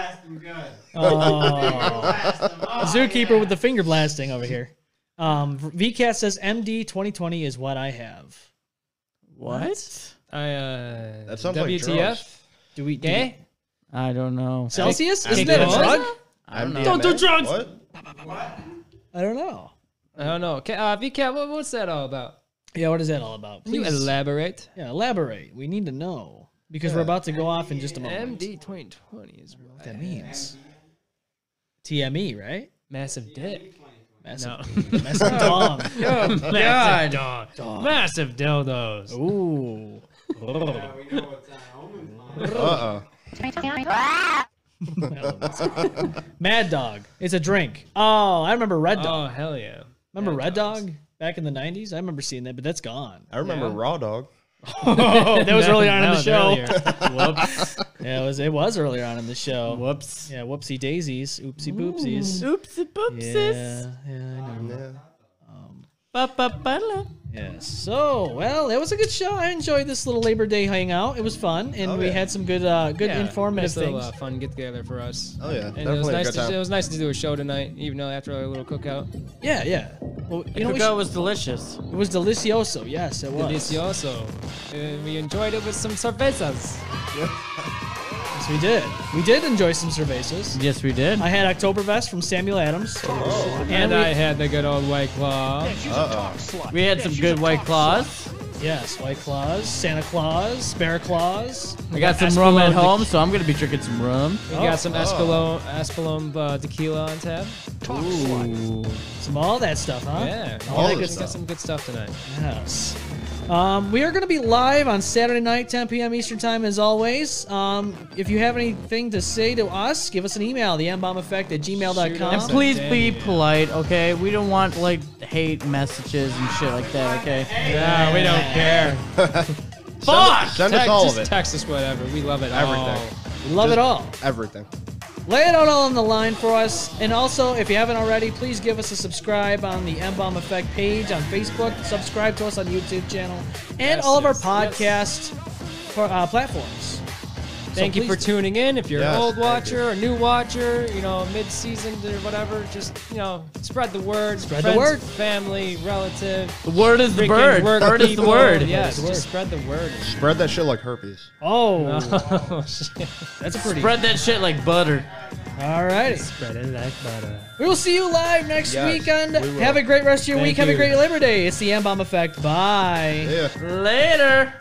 Zookeeper with the finger blasting over here. Um, VCast says MD 2020 is what I have.
What?
I uh.
That sounds like
WTF?
Do we? do we-
Gay?
I don't know.
Celsius? Isn't
take
that a
drugs?
drug?
I don't know.
Don't do drugs.
What?
I don't know.
I don't know. Ca- Uh, VCat, what, what's that all about?
Yeah, what is that all about?
Can you
Please-
elaborate?
yeah, elaborate. We need to know because we're about to go off in
Oh,
just a moment.
MD 2020 is what
that means. TME, right?
massive dick.
Massive, massive dom.
Massive dog. Massive dildos.
Ooh.
Uh-uh.
Mad Dog. It's a drink. Oh, I remember Red Dog.
Oh hell yeah.
remember
Mad
Red
Dogs.
Dog back in the 90s? I remember seeing that, but that's gone.
I remember Raw Dog.
that was
No,
early on in the show.
that was earlier. Whoops.
yeah, it was. It was earlier on in the show.
Whoops.
Yeah, whoopsie daisies, oopsie boopsies.
Ooh, oopsie boopsies.
Yeah, yeah, I know.
Ba-ba-ba-la.
Yes. So, well, it was a good show. I enjoyed this little Labor Day hangout. It was fun, and
Oh,
we
yeah.
had some good, uh, good
Yeah,
informative
nice little,
things.
uh, fun get together for us.
Oh, yeah,
and it was
definitely a
nice.
good
To,
time.
it was nice to do a show tonight, even though after our little cookout.
Yeah, yeah. Well,
The
you know, we
cookout
should-
was
delicious.
It was delicioso. Yes, it was.
Delicioso. And uh, we enjoyed it with some cervezas.
Yes, we did. We did enjoy some cervezas.
Yes, we did.
I had Oktoberfest from Samuel Adams.
And
we-
I had the good old White Claw.
We had some good white claws.
Yes, White Claws, Santa Claus, Spare Claws.
I got some rum at home, so I'm gonna be drinking some rum.
We got
Oh.
some Espelon, Espelon uh, tequila on tap.
Ooh. Some all that stuff, huh?
Yeah,
All that
we
good
got
stuff.
some good stuff tonight.
Yes. Um, we are going to be live on Saturday night, 10 p.m. Eastern Time, as always. Um, if you have anything to say to us, give us an email, thebombeffect at gmail.com.
And please be polite, okay? We don't want like hate messages and shit like that, okay?
Yeah, we don't care.
Fuck!
Send us all of
just
it.
Text us whatever. We love it Oh.
Everything.
We Oh. love it
Just
all.
Everything.
Lay it out all on the line for us. And also, if you haven't already, please give us a subscribe on the M Bomb Effect page on Facebook. Subscribe to us on the YouTube channel and all of our podcast pro- uh, platforms.
Thank you for tuning in. If you're
Yes,
an old
thank
watcher, a new watcher, you know, mid-season or whatever, just you know, spread the word.
Spread the
Friends,
word.
Family, relative.
The word is the
freaking
bird.
work
Bird is the
people.
word.
Yes,
Bird is
just spread the word.
Spread that shit like herpes.
Oh,
shit.
that's a pretty.
Spread that shit like butter.
All righty.
Spread it like butter.
We will see you live next
Yes,
weekend.
we will.
Have a great rest of your
Thank
week. Have a
you.
great Labor Day. It's the M Bomb Effect. Bye.
Later.